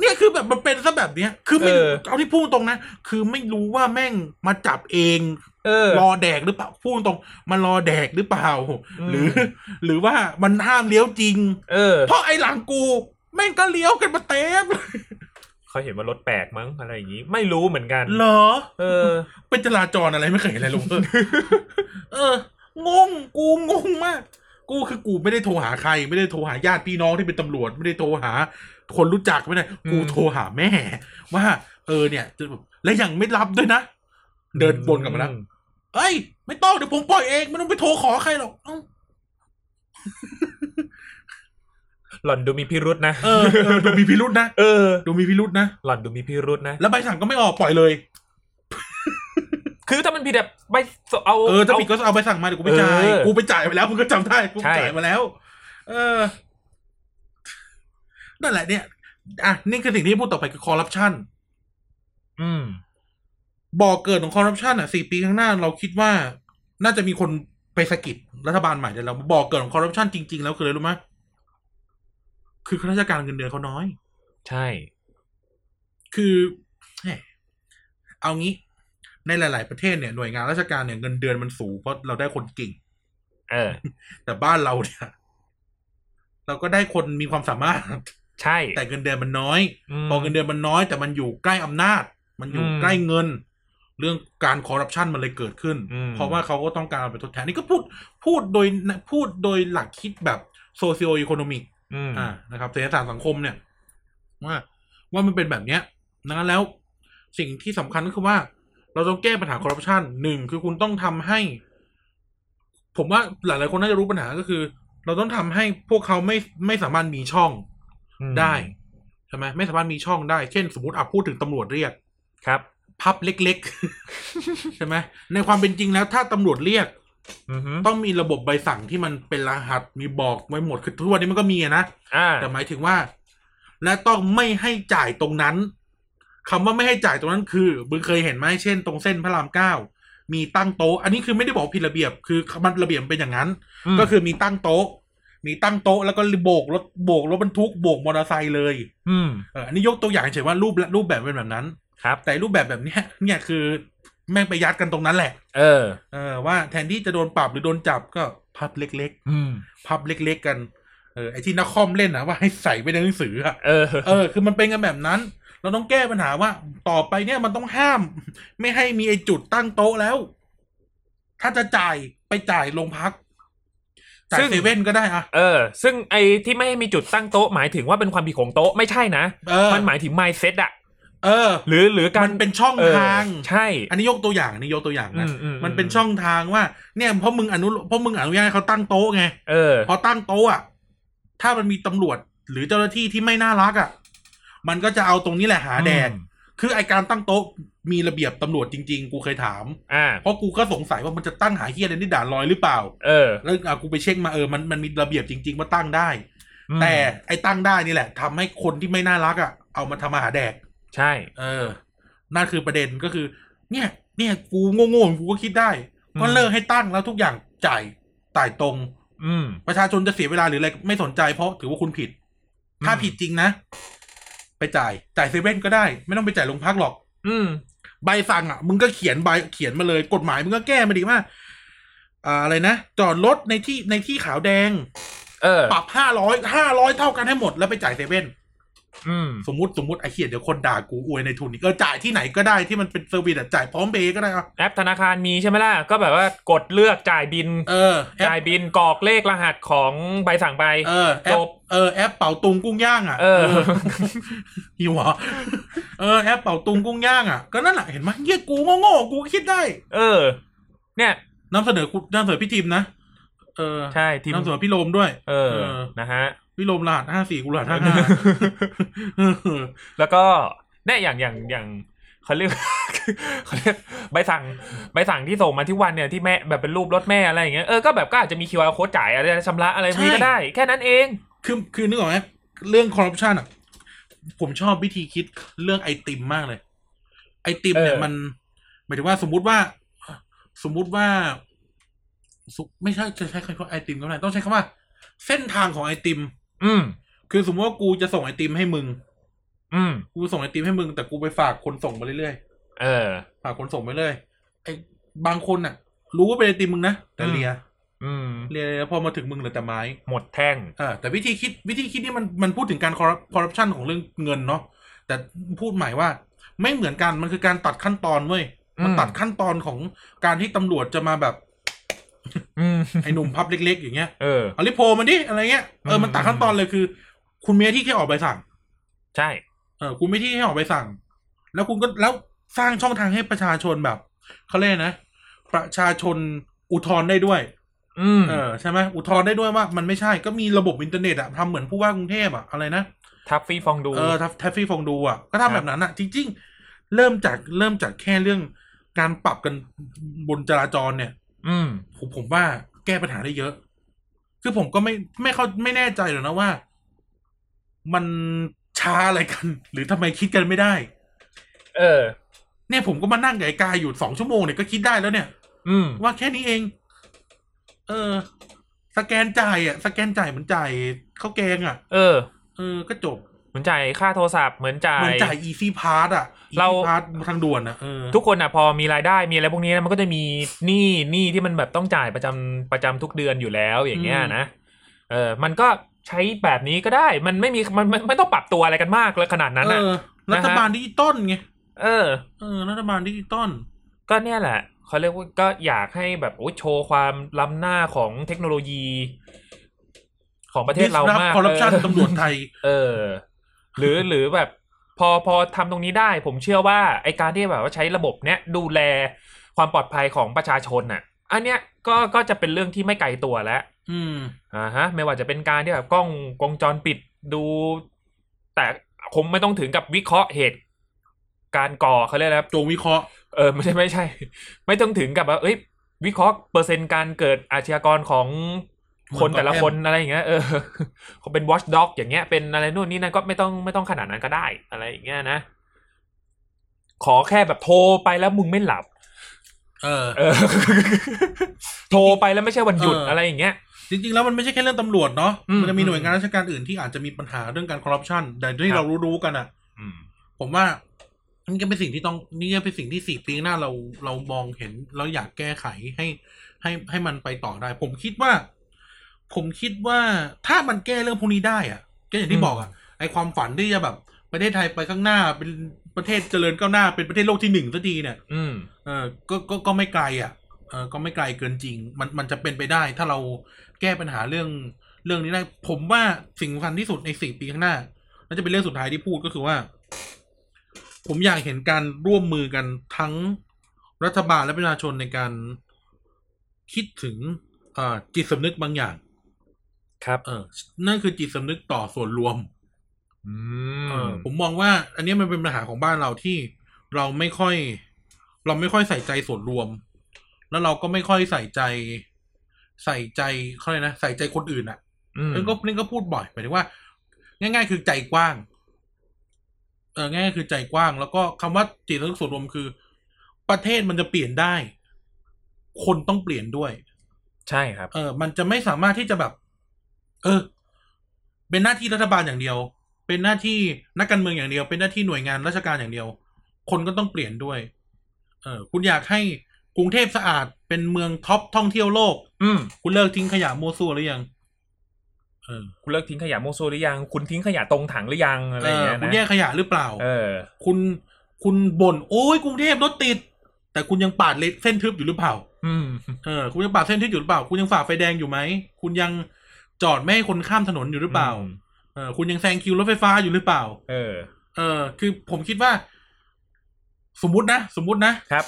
Speaker 2: เนี่ยคือแบบมันเป็นซะแบบเนี้ย คือไม่
Speaker 1: เออ
Speaker 2: เอาที่พูดตรงนะคือไม่รู้ว่าแม่งมาจับเอง
Speaker 1: เออ
Speaker 2: รอแดกหรือเปล่าพูดตรงมารอแดกหรือเปล่า
Speaker 1: อืม
Speaker 2: หรือ หรือว่ามันห้ามเลี้ยวจริง
Speaker 1: เออ
Speaker 2: เพราะไอ้หลังกู แม่งก็เลี้ยวกันมาเต็ม
Speaker 1: เขาเห็นว่ารถแปลกมั้งอะไรอย่างงี้ ไม่รู้เหมือนกัน
Speaker 2: เหรอ
Speaker 1: เออ
Speaker 2: เป็นจราจรอะไรไม่เคยเห็นอะไรลงเออ เออ งง กูงงมาก กูคือกูไม่ได้โทรหาใคร ไม่ได้โทรหาญาติพี่น้องที่เป็นตำรวจ ไม่ได้โทรหา คนรู้จักไม่ได้
Speaker 1: อืม
Speaker 2: กูโทรหาแม่ ว่า เออเนี่ยจะแบบและยังไม่รับด้วยนะ เดินบนกลับมาแล้ว เอ้ย ไม่ต้องเดี๋ยวผมปล่อยเองไม่ต้องไปโทรขอใครหรอกเอ้า
Speaker 1: หล่อนดูมีพิรุษนะ
Speaker 2: เออเออดูมีพิรุษนะ
Speaker 1: เออ
Speaker 2: ดูมีพิรุษนะ
Speaker 1: หล่อนดูมีพิรุษนะ
Speaker 2: แล้วใบสั่งก็ไม่ออกปล่อยเลย
Speaker 1: คือถ้ามันผิดแบบไปเอา
Speaker 2: เออถ้าผิดก็เอาใบสั่งมาเดี๋ยวกูไปจ่า
Speaker 1: เอ
Speaker 2: ย
Speaker 1: อ
Speaker 2: กูไปจ่ายไปแล้วมึงก็จำได้ กู
Speaker 1: ใช่
Speaker 2: จ่ายมาแล้ว เออ นั่นแหละเนี่ยอ่ะนี่คือสิ่งที่พูดต่อไปคือคอร์รัปชัน
Speaker 1: อืม
Speaker 2: บ่อเกิดของคอร์รัปชันอ่ะสี่ปีข้างหน้าเราคิดว่า น่าจะมีคนไปสะกิดรัฐบาลใหม่ได้แล้วบ่อเกิดของคอร์รัปชันจริง ๆ แล้วคืออะไรรู้ไหมคือข้าราชการเงินเดือนเขาน้อย
Speaker 1: ใช่
Speaker 2: คือแหม่เอางี้ ในหลาย ๆ ประเทศเนี่ยหน่วยงานราชการเนี่ยเงินเดือนมันสูงเพราะเราได้คนเก่ง
Speaker 1: เออ
Speaker 2: แต่บ้านเราเนี่ย เราก็ได้คนมีความสามารถ
Speaker 1: ใช่
Speaker 2: แต่เงินเดือนมันน้อย
Speaker 1: ม
Speaker 2: พอเงินเดือนมันน้อยแต่มันอยู่ใกล้อำนาจ มันอยู่
Speaker 1: อืม
Speaker 2: ใกล้เงิน เรื่องการคอร์รัปชันมันเลยเกิดขึ้น
Speaker 1: อืม
Speaker 2: เพราะว่าเขาก็ต้องการเอาไปทดแทนนี่ก็พูดพูดโดยพูดโดยหลักคิดแบบโซเ i o e อ o n o น i c
Speaker 1: อืม
Speaker 2: อ่านะครับเศรษฐศาสตร์สังคมเนี่ย ว่าว่ามันเป็นแบบเนี้ยดังนั้นแล้วสิ่งที่สำคัญก็คือว่า เราต้องแก้ปัญหาคอร์รัปชันหนึ่งคือคุณต้องทำให้ ผมว่าหลายๆคนน่าจะรู้ปัญหาก็คือ เราต้องทำให้พวกเขาไม่ไม่สามารถมีช่อง
Speaker 1: อืม
Speaker 2: ได้ใช่ไหมไม่สามารถมีช่องได้ เช่น สมมติอ่ะพูดถึงตำรวจเรียก
Speaker 1: ครับ
Speaker 2: พับเล็ก ๆ ใช่ไหมในความเป็นจริงแล้ว ถ้าตำรวจเรียก
Speaker 1: อือฮึ
Speaker 2: ต้องมีระบบใบสั่งที่มันเป็นรหัสมีบอกไว้หมดคือทุกวันนี้มันก็มีอะนะ
Speaker 1: อ่า
Speaker 2: แต่หมายถึงว่า และต้องไม่ให้จ่ายตรงนั้นคำว่าไม่ให้จ่ายตรงนั้นคือมึงเคยเห็นไหมเช่น ตรงเส้นพระรามเก้ามีตั้งโต๊ะ อันนี้คือไม่ได้บอกผิดระเบียบ คือมันระเบียบเป็นอย่างนั้น
Speaker 1: ม
Speaker 2: ก็คือมีตั้งโต๊ะ มีตั้งโต๊ะแล้วก็โบกรถโบกรถบรรทุกโบกมอเตอร์ไซค์เลย
Speaker 1: อืม
Speaker 2: เอออันนี้ยกตัวอย่างเฉยว่ารูปรูปแบบเป็นแบบนั้น
Speaker 1: ครับ
Speaker 2: แต่รูปแบบแบบเนี้ยเนี่ยคือแม่งไปยัดกันตรงนั้นแหละ
Speaker 1: เออ
Speaker 2: เออว่าแทนที่จะโดนปรับหรือโดนจับก็พับเล็ก
Speaker 1: อืม
Speaker 2: ๆ พับเล็ก ๆ กันเออไอที่นักคอมเล่นนะว่าให้ใส่ไปในหนังสืออะ
Speaker 1: เออ
Speaker 2: เออคือมันเป็นกันแบบนั้น เราต้องแก้ปัญหาว่าต่อไปเนี่ยมันต้องห้าม ไม่ให้มีไอจุดตั้งโต๊ะแล้ว ถ้าจะจ่ายไปจ่ายโรงพักจ่าย
Speaker 1: ซึ่ง
Speaker 2: เซเว่นก็ได้อะ
Speaker 1: เออ ซึ่งไอ้ที่ไม่ให้มีจุดตั้งโต๊ะหมายถึงว่าเป็นความผิดของโต๊ะไม่ใช่นะ
Speaker 2: เออ
Speaker 1: มันหมายถึง mindset อะ
Speaker 2: เออ
Speaker 1: หรือหรือกา
Speaker 2: มั
Speaker 1: ร
Speaker 2: นเป็นช่อง
Speaker 1: เออ
Speaker 2: ทาง
Speaker 1: ใช่
Speaker 2: อันนี้ยกตัวอย่างอันนี้ยกตัวอย่างนะ
Speaker 1: อือื
Speaker 2: มันเป็นช่องทางว่าเนี่ยเพราะมึงอนุเพราะมึงอนุญาตให้เขาตั้งโต๊ะไง
Speaker 1: เออ
Speaker 2: พอตั้งโต๊ะอ่ะถ้ามันมีตำรวจหรือเจ้าหน้าที่ที่ไม่น่ารักอ่ะมันก็จะเอาตรงนี้แหละหาแดก
Speaker 1: อืม
Speaker 2: คือไอการตั้งโต๊ะมีระเบียบตำรวจจริง ๆ กูเคยถาม
Speaker 1: อ่า
Speaker 2: เพราะกูก็สงสัยว่ามันจะตั้งหาเฮียอะไรนี่ด่านลอยหรือเปล่า
Speaker 1: เออ
Speaker 2: แล้วอ่ะกูไปเช็คมาเออมันมันมีระเบียบจริง ๆ ว่าตั้งได้
Speaker 1: อืม
Speaker 2: แต่ไอตั้งได้นี่แหละทำให้คนที่ไม่น่ารักอ่ะเอามาทำมาหาแดก
Speaker 1: ใช่
Speaker 2: เออ นั่นคือประเด็นก็คือ เนี่ย เนี่ย กูโง่ๆ กูก็คิดได้
Speaker 1: อืม
Speaker 2: ก็เลิกให้ตั้งแล้วทุกอย่างจ่ายจ่ายตรง
Speaker 1: อืม
Speaker 2: ประชาชนจะเสียเวลาหรืออะไรไม่สนใจเพราะถือว่าคุณผิด
Speaker 1: อืม
Speaker 2: ถ้าผิดจริงนะ ไปจ่าย จ่ายเซเว่นก็ได้ ไม่ต้องไปจ่ายโรงพักหรอก
Speaker 1: อืม
Speaker 2: ใบสั่งอ่ะ มึงก็เขียนใบเขียนมาเลย กฎหมายมึงก็แก้มาดีว่าอ่าอะไรนะ จอดรถในที่ในที่ขาวแดง
Speaker 1: เออ
Speaker 2: ปรับห้าร้อยห้าร้อยเท่ากันให้หมดแล้วไปจ่ายเซเว่น
Speaker 1: อืม
Speaker 2: สมมติสมมติไอ้เขียเดี๋ยวคนด่ากูอวยในทุนอีกเออจ่ายที่ไหนก็ได้ที่มันเป็นเซอร์วิสอะจ่ายพร้อมเบย์ก็ได้อะ
Speaker 1: แอปธนาคารมีใช่ไหมล่ะ ก็แบบว่ากดเลือกจ่ายบิน
Speaker 2: เออแอ
Speaker 1: จ่าย
Speaker 2: ป
Speaker 1: บินกรอกเลขรหัสของใบสั่งไป
Speaker 2: เออแอป
Speaker 1: จบ
Speaker 2: เออแอปเป่าตุงกุ้งย่างอะ
Speaker 1: เออ
Speaker 2: หิวเหรอ เออแอปเป่าตุงกุ้งย่างอะก็นั่นแหละเห็นไหมเหี้ยกูโง่ๆกูคิดได้
Speaker 1: เออ เนี่ย
Speaker 2: นำเสนอคุณนำเสนอพี่ทีมนะเออ
Speaker 1: ใช่ทีม
Speaker 2: นำเสนอพี่โลมด้วย
Speaker 1: เออ
Speaker 2: เออ
Speaker 1: นะฮะ
Speaker 2: พี่โลมรหัสห้าสี่กูรหัสห้าห้า
Speaker 1: แล้วก็เนี่ยอย่างอย่างอย่างเขาเรียก เขาเรียกใบสั่งใบสั่งที่ส่งมาที่วันเนี่ยที่แม่แบบเป็นรูปรถแม่อะไรอย่างเงี้ยเออก็แบบก็อาจจะมี QR โค้ดจ่ายอะไรชำระอะไรพวกนี้ก็ได้ แค่นั้นเอง
Speaker 2: คือคือนึกออกไหมเรื่องคอร์รัปชันอะผมชอบวิธีคิดเรื่องไอติมมากเลย ไอติมเนี่ย
Speaker 1: เออ
Speaker 2: มันหมายถึงว่าสมมุติว่า สมมุติว่าสุไม่ใช่จะใช้คำว่าไอติมก็ไม่ได้ต้องใช้คำว่า เส้นทางของไอติม
Speaker 1: อืม
Speaker 2: คือสมมติว่ากูจะส่งไอติมให้มึง
Speaker 1: อืม
Speaker 2: กูส่งไอติมให้มึงแต่กูไปฝากคนส่งมาเรื่อย
Speaker 1: เออ
Speaker 2: ๆฝากคนส่งไปเรื่อยไอบางคนน่ะ รู้ว่าเป็นไอติมมึงนะแต่เลีย
Speaker 1: อืม
Speaker 2: เลียแล้วพอมาถึงมึงเหลือแต่ไม้
Speaker 1: หมดแท่ง
Speaker 2: อ่าแต่วิธีคิดวิธีคิดนี่มันมันพูดถึงการคอร์รัปชันของเรื่องเงินเนาะแต่พูดหมายว่า ไม่เหมือนกันมันคือการตัดขั้นตอนเว้ยมัน
Speaker 1: อืม
Speaker 2: ตัดขั้นตอนของการที่ตำรวจจะมาแบบ
Speaker 1: อืม
Speaker 2: ไอ้หนุ่มพับ เล็ก ๆ อย่างเงี้ย
Speaker 1: เออ
Speaker 2: เอาลิโพมันดิอะไรเงี้ยเออมันตัดขั้นตอนเลยคือ คุณมีหน้าที่แค่ออกใบสั่ง
Speaker 1: ใช่
Speaker 2: เออคุณไม่ที่แค่ออกใบสั่ง แล้วคุณก็แล้วสร้างช่องทางให้ประชาชนแบบเขาเรียกนะ ประชาชนอุทธรณ์ได้ด้วย
Speaker 1: อืม
Speaker 2: เออใช่ไหมอุทธรณ์ได้ด้วยว่า มันไม่ใช่ก็มีระบบอินเทอร์เน็ตอะทำเหมือนผู้ว่ากรุงเทพอะอะไรนะ
Speaker 1: ทัฟฟี่ฟองดู
Speaker 2: เออทัฟแทฟฟี่ฟองดูอ่ะ ก็
Speaker 1: ครั
Speaker 2: ทำ
Speaker 1: บ
Speaker 2: แบบนั้นอ่ะ จริง ๆ เริ่มจากเริ่มจากแค่เรื่องการปรับกันบนจราจรเนี่ย
Speaker 1: อืม
Speaker 2: ผมผมว่าแก้ปัญหาได้เยอะ คือผมก็ไม่ไม่เข้าไม่แน่ใจหรอกนะว่า มันช้าอะไรกัน หรือทำไมคิดกันไม่ได้
Speaker 1: เออ
Speaker 2: เนี่ยผมก็มานั่งกับไอ้กายอยู่สองชั่วโมงเนี่ยก็คิดได้แล้วเนี่ย
Speaker 1: อืม
Speaker 2: ว่าแค่นี้เอง เออ สแกนจ่ายอ่ะ สแกนจ่ายเหมือนจ่ายข้าวแกงอ่ะ
Speaker 1: เออ
Speaker 2: เออ ก็จบ
Speaker 1: เหมือนจ่ายค่าโทรศัพท์เหมือนจ่า
Speaker 2: เหมื
Speaker 1: ย
Speaker 2: อนจ่าย easy pass อ่ะ
Speaker 1: เรา
Speaker 2: easy pass ทางด่วนอ่ะเออ
Speaker 1: ทุกคนอ่ะพอมีรายได้มีอะไรพวกนี้นะมันก็จะมีหนี้หนี้ที่มันแบบต้องจ่ายประจำประจำทุกเดือนอยู่แล้วอย่างเงี้ยนะเออมันก็ใช้แบบนี้ก็ได้ มันไม่มีมันมันไม่ต้องปรับตัวอะไรกันมากเลยขนาดนั้น
Speaker 2: เอ
Speaker 1: อ่ะ
Speaker 2: อ
Speaker 1: นะฮะ
Speaker 2: รัฐบาลดิจิตอลไง
Speaker 1: เออ
Speaker 2: เออ รัฐบาลดิจิตอล
Speaker 1: ก็เนี่ยแหละเขาเรียกว่าก็อยากให้แบบโอ้ยโชว์ความล้ำหน้าของเทคโนโลยี ของประเทศเรามาก
Speaker 2: คอร์รัปชัน
Speaker 1: เออ
Speaker 2: ตำรวจไทย
Speaker 1: เออ หรือหรือแบบพอพอทำตรงนี้ได้ ผมเชื่อว่าไอการที่แบบว่าใช้ระบบเนี้ยดูแลความปลอดภัยของประชาชนน่ะ อันเนี้ยก็ก็จะเป็นเรื่องที่ไม่ไกลตัวแล้ว
Speaker 2: อืม
Speaker 1: อ่าฮะ ไม่ว่าจะเป็นการที่แบบกล้องวงจรปิดดู แต่คงไม่ต้องถึงกับวิเคราะห์เหตุ การก่อเขาเรียกแล้ว
Speaker 2: โจงวิเคราะห์
Speaker 1: เอ อไม่ใช่ไม่ใช่ ไม่ต้องถึงกับว่าเอ้ย วิเคราะห์เปอร์เซ็นต์การเกิดอาชญากรของคน
Speaker 2: เหมือน
Speaker 1: แต่ละ
Speaker 2: กับ
Speaker 1: คน
Speaker 2: แอม
Speaker 1: อะไรอย่างเงี้ยเอ อเขาเป็น watchdog อย่างเงี้ยเป็นอะไรนู่นนี่นั่นก็ไม่ต้องไม่ต้องขนาดนั้นก็ได้ อะไรอย่างเงี้ยนะ ขอแค่แบบโทรไปแล้วมึงไม่หลับ
Speaker 2: เออ
Speaker 1: เอ อ โทรไปแล้วไม่ใช่วันหยุด
Speaker 2: เอออ
Speaker 1: อะไรอย่างเงี้ย
Speaker 2: จริงๆ แล้วมันไม่ใช่แค่เรื่องตำรวจเนาะ
Speaker 1: อืม
Speaker 2: มันจะมีหน่วยงานราชการอื่นที่อาจจะมีปัญหาเรื่องการคอร์รัปชัน แต่
Speaker 1: ครั
Speaker 2: ที่
Speaker 1: บ
Speaker 2: เรารู้ๆกันอ่ะ
Speaker 1: อืม
Speaker 2: ผมว่านี่ก็เป็นสิ่งที่ต้องนี่ก็เป็นสิ่งที่สี่ปีข้างหน้าเราเรามองเห็นเราอยากแก้ไขให้ให้ให้มันไปต่อได้ ผมคิดว่า ผมคิดว่าถ้ามันแก้เรื่องพวกนี้ได้อะก็อย่างที่
Speaker 1: อืม
Speaker 2: บอกอะไอความฝันที่จะแบบประเทศไทยไปข้างหน้า เป็นประเทศเจริญก้าวหน้าเป็นประเทศโลกที่หนึ่งสักทีเนี่ย
Speaker 1: อืม
Speaker 2: เออก็ก็ ก็ไม่ไกลอ่ะ เออก็ไม่ไกลเกินจริง มัน มันจะเป็นไปได้ ถ้าเราแก้ปัญหาเรื่อง เรื่องนี้ได้ ผมว่าสิ่งสำคัญที่สุดในสี่ปีข้างหน้า น่าจะเป็นเรื่องสุดท้ายที่พูดก็คือว่า ผมอยากเห็นการร่วมมือกันทั้งรัฐบาลและประชาชนในการคิดถึงเอ่อจิตสำนึกบางอย่าง
Speaker 1: ครับ
Speaker 2: เออ นั่นคือจิตสำนึกต่อส่วนรวม
Speaker 1: อื
Speaker 2: เออ
Speaker 1: ม
Speaker 2: ผมมองว่า อันเนี้ยมันเป็นปัญหาของบ้านเราที่เราไม่ค่อย เราไม่ค่อยใส่ใจส่วนรวม แล้วเราก็ไม่ค่อยใส่ใจ ใส่ใจเขาเลยกนะใส่ใจคนอื่นอะ่ะ
Speaker 1: อืม
Speaker 2: นี่ก็นี่ก็พูดบ่อยหมายถึงว่า ง่าย ๆ คือใจกว้าง เออง่ายๆคือใจกว้าง แล้วก็คำว่าจิตสำนึกส่วนรวมคือ ประเทศมันจะเปลี่ยนได้ คนต้องเปลี่ยนด้วย
Speaker 1: ใช่ครับ
Speaker 2: เออ มันจะไม่สามารถที่จะแบบ เออ เป็นหน้าที่รัฐบาลอย่างเดียว เป็นหน้าที่นักการเมืองอย่างเดียว เป็นหน้าที่หน่วยงานราชการอย่างเดียว คนก็ต้องเปลี่ยนด้วย เออ คุณอยากให้กรุงเทพสะอาดเป็นเมืองท็อปท่องเที่ยวโลก
Speaker 1: อืม
Speaker 2: คุณเลิกทิ้งขยะโมวซัวหรือยัง เออ
Speaker 1: คุณเลิกทิ้งขยะโมวโซวหรือยัง คุณทิ้งขยะตรงถังหรือยังอะไร
Speaker 2: เอ
Speaker 1: อย่างเงี้ย
Speaker 2: อคุณ
Speaker 1: นะ
Speaker 2: แยกขยะหรือเปล่า
Speaker 1: เออ
Speaker 2: คุณ คุณบ่นโอ้ยกรุงเทพรถติด แต่คุณยังปาดเลนเส้นทึบอยู่หรือเปล่า
Speaker 1: อืม
Speaker 2: เออคุณยังปาดเส้นทึบอยู่หรือเปล่า คุณยังฝ่าไฟแดงอยู่ไหม คุณยังจอดไม่ให้คนข้ามถนนอยู่หรือเปล่า เออคุณยังแซงคิวรถไฟฟ้าอยู่หรือเปล่า
Speaker 1: เออ
Speaker 2: เออ คือผมคิดว่า สมมตินะ สมมตินะครับ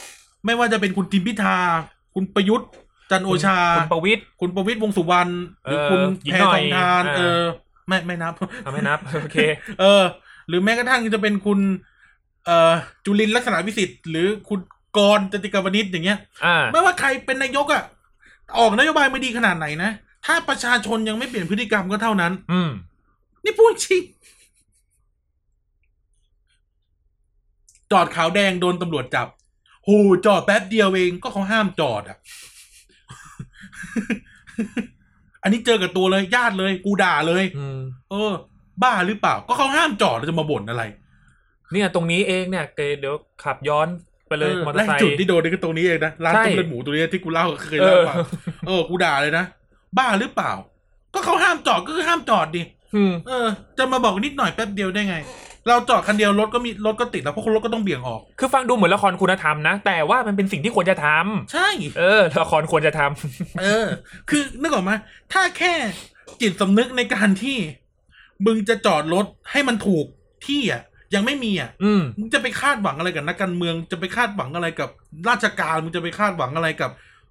Speaker 2: ไม่ว่าจะเป็นคุณทิมพิธา คุณประยุทธ์ จันทร์โอชา
Speaker 1: คุณประวิตร
Speaker 2: คุณประวิตรวงษ์สุวรรณหรือ
Speaker 1: เออ
Speaker 2: คุณ
Speaker 1: หญิง
Speaker 2: แพ
Speaker 1: หน่อ
Speaker 2: ท
Speaker 1: ย
Speaker 2: องทาน
Speaker 1: อ่า
Speaker 2: เออ ไม่ไม่ นับ
Speaker 1: ทำให้ นับ โอเค
Speaker 2: เออ หรือแม้กระทั่งจะเป็นคุณ เอ่อจุลินลักษณะวิสิทธิ์ หรือคุณกรณ์จติกาวนิชอย่างเงี้ย
Speaker 1: อ่า
Speaker 2: ไม่ว่าใครเป็นนายกอะออกนโยบายไม่ดีขนาดไหนนะถ้าประชาชนยังไม่เปลี่ยนพฤติกรรมก็เท่านั้น
Speaker 1: อืม
Speaker 2: นี่พูดจริงจอดขาวแดงโดนตำรวจจับโหูจอดแป๊บเดียวเองก็เขาห้ามจอดอ่ะ อันนี้เจอกับตัวเลยญาติเลย กูด่าเลย
Speaker 1: อืม
Speaker 2: เออ บ้าหรือเปล่า ก็เขาห้ามจอดแล้วจะมาบ่นอะไร
Speaker 1: เนี่ยตรงนี้เองเนี่ยเกเดี๋ยวขับย้อนไปเลย
Speaker 2: ออ
Speaker 1: มอเตอ
Speaker 2: และ
Speaker 1: ร์ไซค์
Speaker 2: จุดที่โดนนี่คือตรงนี้เองนะร้าน
Speaker 1: ใช่
Speaker 2: ต้มเลือดหมูตัวนี้ที่กูเล่าเคย
Speaker 1: เอ
Speaker 2: เล่า
Speaker 1: อ
Speaker 2: ไป เออ กูด่าเลยนะ บ้าหรือเปล่า ก็เขาห้ามจอดก็คือห้ามจอดดิ
Speaker 1: อืม
Speaker 2: เออ จะมาบอกนิดหน่อยแป๊บเดียวได้ไง เราจอดคันเดียวรถก็มีรถก็ติดแล้วเพราะคนรถก็ต้องเบี่ยงออก
Speaker 1: คือฟังดูเหมือนละครคุณธรรมนะ แต่ว่ามันเป็นสิ่งที่ควรจะท
Speaker 2: ใช่
Speaker 1: ำ เออ ละครควรจะท
Speaker 2: เออ คือนึกออกไหมถ้าแค่จิตสำนึกในการที่ มึงจะจอดรถให้มันถูกที่อ่ะ ยังไม่มีอ่ะ
Speaker 1: ำ อืม
Speaker 2: มึงจะไปคาดหวังอะไรกับนักการเมือง จะไปคาดหวังอะไรกับราชการ มึงจะไปคาดหวังอะไรกับ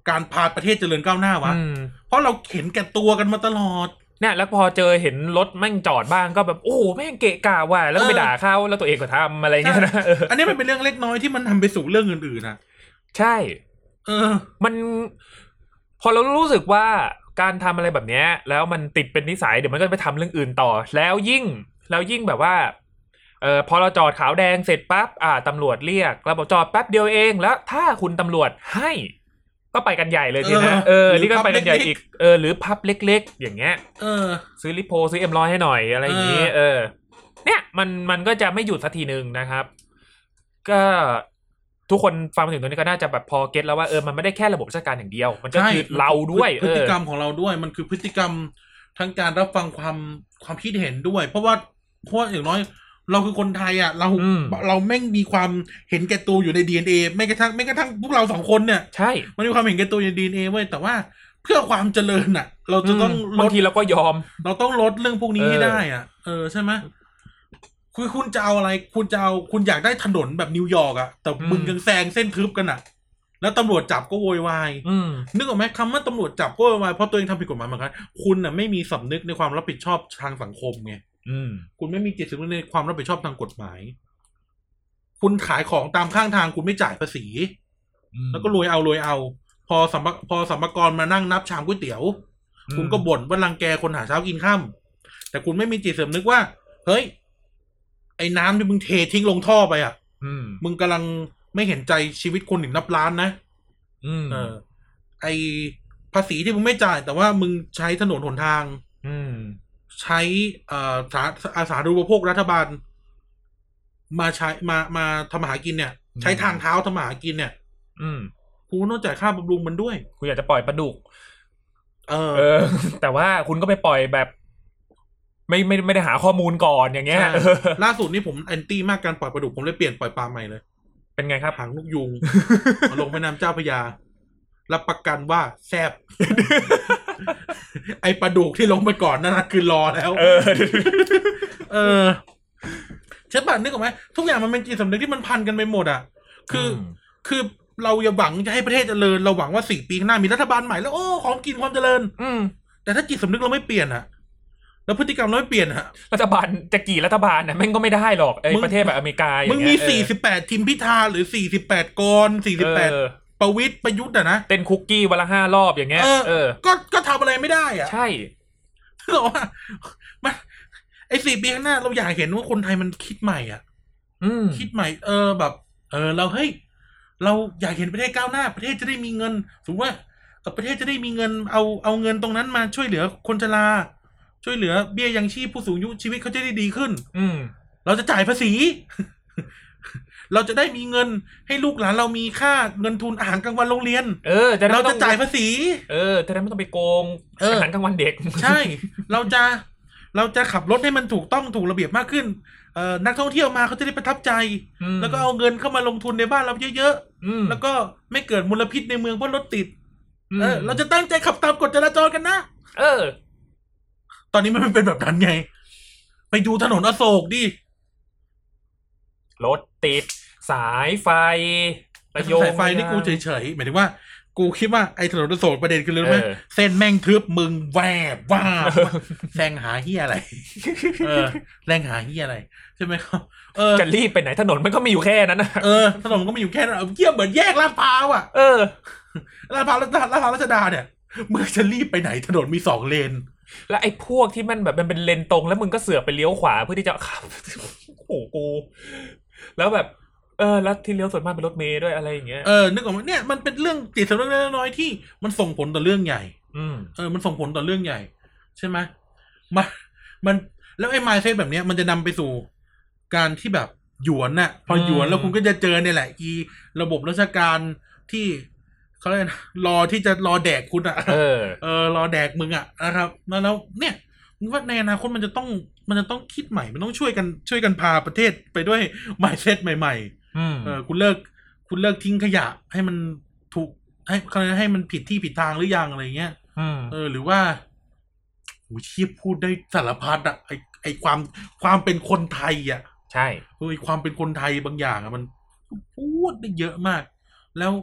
Speaker 2: การพาประเทศเจริญก้าวหน้าวะ
Speaker 1: อืม
Speaker 2: เพราะเราเห็นแก่ตัวกันมาตลอด
Speaker 1: เนี่ยแล้วพอเจอเห็นรถแม่งจอดบ้างก็แบบ โอ้โหแม่งเกะกะว่ะแล้วก็ไป
Speaker 2: เออ
Speaker 1: ด่าเขาแล้วตัวเองก็ทำอะไรเงี้ยนะเออ
Speaker 2: อันนี้มันเป็นเรื่องเล็กน้อยที่มันทำไปสู่เรื่องอื่นๆนะ
Speaker 1: ใช่
Speaker 2: เออ
Speaker 1: มันพอเรารู้สึกว่าการทำอะไรแบบเนี้ย แล้วมันติดเป็นนิสัยเดี๋ยวมันก็ไปทำเรื่องอื่นต่อ แล้วยิ่ง แล้วยิ่งแบบว่าเออพอเราจอดขาวแดงเสร็จปั๊บอ่าตำรวจเรียกเราบอกจอดแป๊บเดียวเองแล้ว ถ้าคุณตำรวจให้ ก็ไปกันใหญ่เลยทีนะเอ
Speaker 2: เอ
Speaker 1: อ
Speaker 2: อ
Speaker 1: นี่ก็
Speaker 2: หรือพับ
Speaker 1: ไปกันใหญ่
Speaker 2: เล็กๆ
Speaker 1: อีกเออหรือพับเล็ก ๆ อย่างเงี้ย
Speaker 2: เออ
Speaker 1: ซื้อลิโพซื้อเอ็มร้อยให้หน่อยอะไรอย่างนี้
Speaker 2: เออ
Speaker 1: เออ เนี่ยมันมันก็จะไม่หยุดสักทีหนึ่งนะครับ ก็ทุกคนฟังมาถึงตรงนี้ก็น่าจะแบบพอเก็ตแล้วว่าเออมันไม่ได้แค่ระบบราชการอย่างเดียว มันก็
Speaker 2: ใช่
Speaker 1: คือเราด้วย
Speaker 2: พฤ
Speaker 1: เอ
Speaker 2: ติ
Speaker 1: อก
Speaker 2: รรมของเราด้วยมันคือพฤติกรรมทั้งการรับฟังความความคิดเห็นด้วย เพราะว่าเพราะว่าอย่างน้อย เราคือคนไทยอ่ะ เรา
Speaker 1: อืม
Speaker 2: เราแม่งมีความเห็นแก่ตัวอยู่ใน DNA ไม่กระทั่งไม่กระทั่งพวกเราสองคนเนี่ย
Speaker 1: ใช่
Speaker 2: มันมีความเห็นแก่ตัวอยู่ใน DNA เว้ยแต่ว่าเพื่อความเจริญอ่ะ เราจะต้อง
Speaker 1: อืม
Speaker 2: ล
Speaker 1: บาง
Speaker 2: ด
Speaker 1: ทีเราก็ยอม
Speaker 2: เราต้องลดเรื่องพวกนี้
Speaker 1: เออ
Speaker 2: ให้ได้อ่ะ เออใช่ไหมคือคุณจะเอาอะไร คุณจะเอาคุณอยากได้ถนนแบบนิวยอร์กอ่ะ แต่มึงยังแซงเส้นทึบกันอ่ะ แล้วตำรวจจับก็โวยวาย
Speaker 1: อืม
Speaker 2: นึกออกไหมคำว่าตำรวจจับก็โวยวายเพราะตัวเองทำผิดกฎหมายเหมือนกันคุณน่ะไม่มีสำนึกในความรับผิดชอบทางสังคมไง
Speaker 1: อืม
Speaker 2: คุณไม่มีจิตสำนึกในความรับผิดชอบทางกฎหมาย คุณขายของตามข้างทางคุณไม่จ่ายภาษี แล้วก็รวยเอารวยเอา พอสัมภาพอสัมภากรมานั่งนับชามก๋วยเตี๋ยว
Speaker 1: อืม
Speaker 2: คุณก็บ่นว่ารังแกคนหาเช้ากินข้าแต่คุณไม่มีจิตสำนึกว่า เฮ้ย ไอ้น้ำที่มึงเททิ้งลงท่อไปอ่ะ
Speaker 1: อืม
Speaker 2: มึงกำลังไม่เห็นใจชีวิตคนหนึ่งนับล้านนะ
Speaker 1: อืม
Speaker 2: เออ ไอภาษีที่มึงไม่จ่าย แต่ว่ามึงใช้ถนนหนทาง
Speaker 1: อืม
Speaker 2: ใช้เอ่อสาอาสาธารณูปโภครัฐบาล มาใช้มามาทำมาหากินเนี่ย
Speaker 1: อืม
Speaker 2: ใช้ทางเท้าทำมาหากินเนี่ย
Speaker 1: อืม
Speaker 2: คุณก็ต้องจ่ายค่าบำรุงมันด้วย
Speaker 1: คุณอยากจะปล่อยปลาดุก
Speaker 2: เออ
Speaker 1: เอ อ แต่ว่าคุณก็ไปปล่อยแบบ ไม่ไม่ไม่ได้หาข้อมูลก่อนอย่างเงี้ย
Speaker 2: ใช่
Speaker 1: เออ
Speaker 2: ล่าสุดนี่ผมแอนตี้มากการปล่อยปลาดุกผมเลยเปลี่ยนปล่อยปลาใหม่เลย
Speaker 1: เป็นไงครับ
Speaker 2: หางนกยุง เอาลงแม่น้ำเจ้าพระยา รับประกันว่าแซ บ ไอปลาดุกที่ลงไปก่อนนั่นนะคือรอแล้ว
Speaker 1: เออ
Speaker 2: เออใช่ปะนึกออกไหมทุกอย่างมันเป็นจิตสำนึกที่มันพันกันไปหมดอ่ะ คืออคือเราอย่าหวังจะให้ประเทศเจริญเราหวังว่าสี่ปีข้างหน้ามีรัฐบาลใหม่แล้วโอ้ของกินความเจริญ
Speaker 1: อืม
Speaker 2: แต่ถ้าจิตสำนึกเราไม่เปลี่ยนอ่ะ แล้วพฤติกรรมเราไม่เปลี่ยนอ่ะ
Speaker 1: รัฐบาลจะกี่รัฐบาลนะแม่งก็ไม่ได้หรอกไอ้
Speaker 2: มึง
Speaker 1: ประเทศแบบอเมริกาอย่าง
Speaker 2: มึง
Speaker 1: เงี้ย
Speaker 2: มี
Speaker 1: เออ
Speaker 2: สี่สิบแปดทีมพิธาหรือสี่สิบแปดกรสี่สิบแปด
Speaker 1: เออ
Speaker 2: ประวิตรประยุทธ์อ่ะนะ
Speaker 1: เต้นคุกกี้วันละห้ารอบอย่างเงี้ย
Speaker 2: เออ
Speaker 1: เออ
Speaker 2: ก็ก็ทำอะไรไม่ได้อ่ะ
Speaker 1: ใช่
Speaker 2: คือบอกว่ามันไอ้สี่ปีข้างหน้าเราอยากเห็นว่าคนไทยมันคิดใหม่อ่ะ
Speaker 1: อืม
Speaker 2: คิดใหม่ เออแบบ เออ เราเฮ้ยเราอยากเห็นประเทศก้าวหน้า ประเทศจะได้มีเงินสมมติว่าเออประเทศจะได้มีเงินเอาเอาเงินตรงนั้นมาช่วยเหลือคนชรา ช่วยเหลือเบี้ยยังชีพผู้สูงอายุชีวิตเขาจะได้ดีขึ้น
Speaker 1: อืม
Speaker 2: เราจะจ่ายภาษี เราจะได้มีเงินให้ลูกหลานเรามีค่าเงินทุนอาหารกลางวันโรงเรียน
Speaker 1: เออจะได้
Speaker 2: เรา
Speaker 1: ไม่ต้
Speaker 2: จะ
Speaker 1: อง
Speaker 2: จ่ายภาษี
Speaker 1: เออจะได้ไม่ต้องไปโกง
Speaker 2: เอออ
Speaker 1: หารกลางวันเด็ก
Speaker 2: ใช่ เราจะ เราจะขับรถให้มันถูกต้องถูกระเบียบมากขึ้น เอ่อ นักท่องเที่ยวมาเขาจะได้ประทับใจ
Speaker 1: อืม
Speaker 2: แล้วก็เอาเงินเข้ามาลงทุนในบ้านเราเยอะ
Speaker 1: อืม
Speaker 2: ๆ แล้วก็ไม่เกิดมลพิษในเมืองเพราะรถติด
Speaker 1: ม
Speaker 2: เออ เราจะตั้งใจขับตามกฎจราจรกันนะ
Speaker 1: เออ
Speaker 2: ตอนนี้มันไม่เป็นแบบนั้นไง ไปดูถนนอโศกดิ
Speaker 1: รถติด สายไฟระโยง
Speaker 2: สายไฟนี่กูเฉยๆ หมายถึงว่า กูคิดว่าไอ้ถนนอโศกประเด็นคือเรื่องไหม
Speaker 1: เออ
Speaker 2: เส้นแม่งทึบมึงแวบว่า บแซงหาเฮียอะไร เออแรงหาเฮียอะไร ใช่ไหมครับ เออ
Speaker 1: จะรีบไปไหนถนนมันก็มีอยู่แค่นั้นนะ
Speaker 2: เออถนนก็มีอยู่แค่นั้นเอาเยี่ยเหมือนแยกลาดพร้าวอ่ะ
Speaker 1: เออ
Speaker 2: ลาดพร้าวลาดลาดพร้าวรัชดาเนี่ยเมื่อจะรีบไปไหนถนนมีสองเลน
Speaker 1: แล้วไอ้พวกที่มันแบบมันเป็นเลนตรง แล้วมึงก็เสือกไปเลี้ยวขวาเพื่อที่ จะขับ โอ้โหกู แล้วแบบ เออแล้วที่เลี้ยวส่วนมากเป็นรถเมย์ด้วยอะไรอย่างเงี้ย
Speaker 2: เออนึกออกไหมเนี่ยมันเป็นเรื่องจิตสำนึกเล็กๆน้อยๆที่มันส่งผลต่อเรื่องใหญ่
Speaker 1: อืม
Speaker 2: เออมันส่งผลต่อเรื่องใหญ่ ใช่ไหมมันมันแล้วไอ้ไมเซ็ตแบบเนี้ยมันจะนำไปสู่การที่แบบหยวนน่ะ พอ
Speaker 1: อืม
Speaker 2: หยวนแล้วคุณก็จะเจอเนี่ยแหละ อีระบบราชการที่เขาเรียกนะรอที่จะรอแดกคุณอ่ะ
Speaker 1: เออ
Speaker 2: เออรอแดกมึงอะนะครับแล้วแล้วเนี่ยมึงว่าในอนาคตมันจะต้องมันจะต้องคิดใหม่ มันต้องช่วยกันช่วยกันพาประเทศไปด้วยไมเซ็ตใหม่
Speaker 1: อืม
Speaker 2: ๆเออคุณเลิกคุณเลิกทิ้งขยะให้มันถูกให้เขาเรียกให้มันผิดที่ผิดทางหรือยังอะไรเงี้ย
Speaker 1: อืม
Speaker 2: เออหรือว่าโหเชียพูดได้สารพัดอะไอไอความความเป็นคนไทยอะ
Speaker 1: ใช่
Speaker 2: เฮ้ยความเป็นคนไทยบางอย่างอะมันพูดได้เยอะมาก แล้ว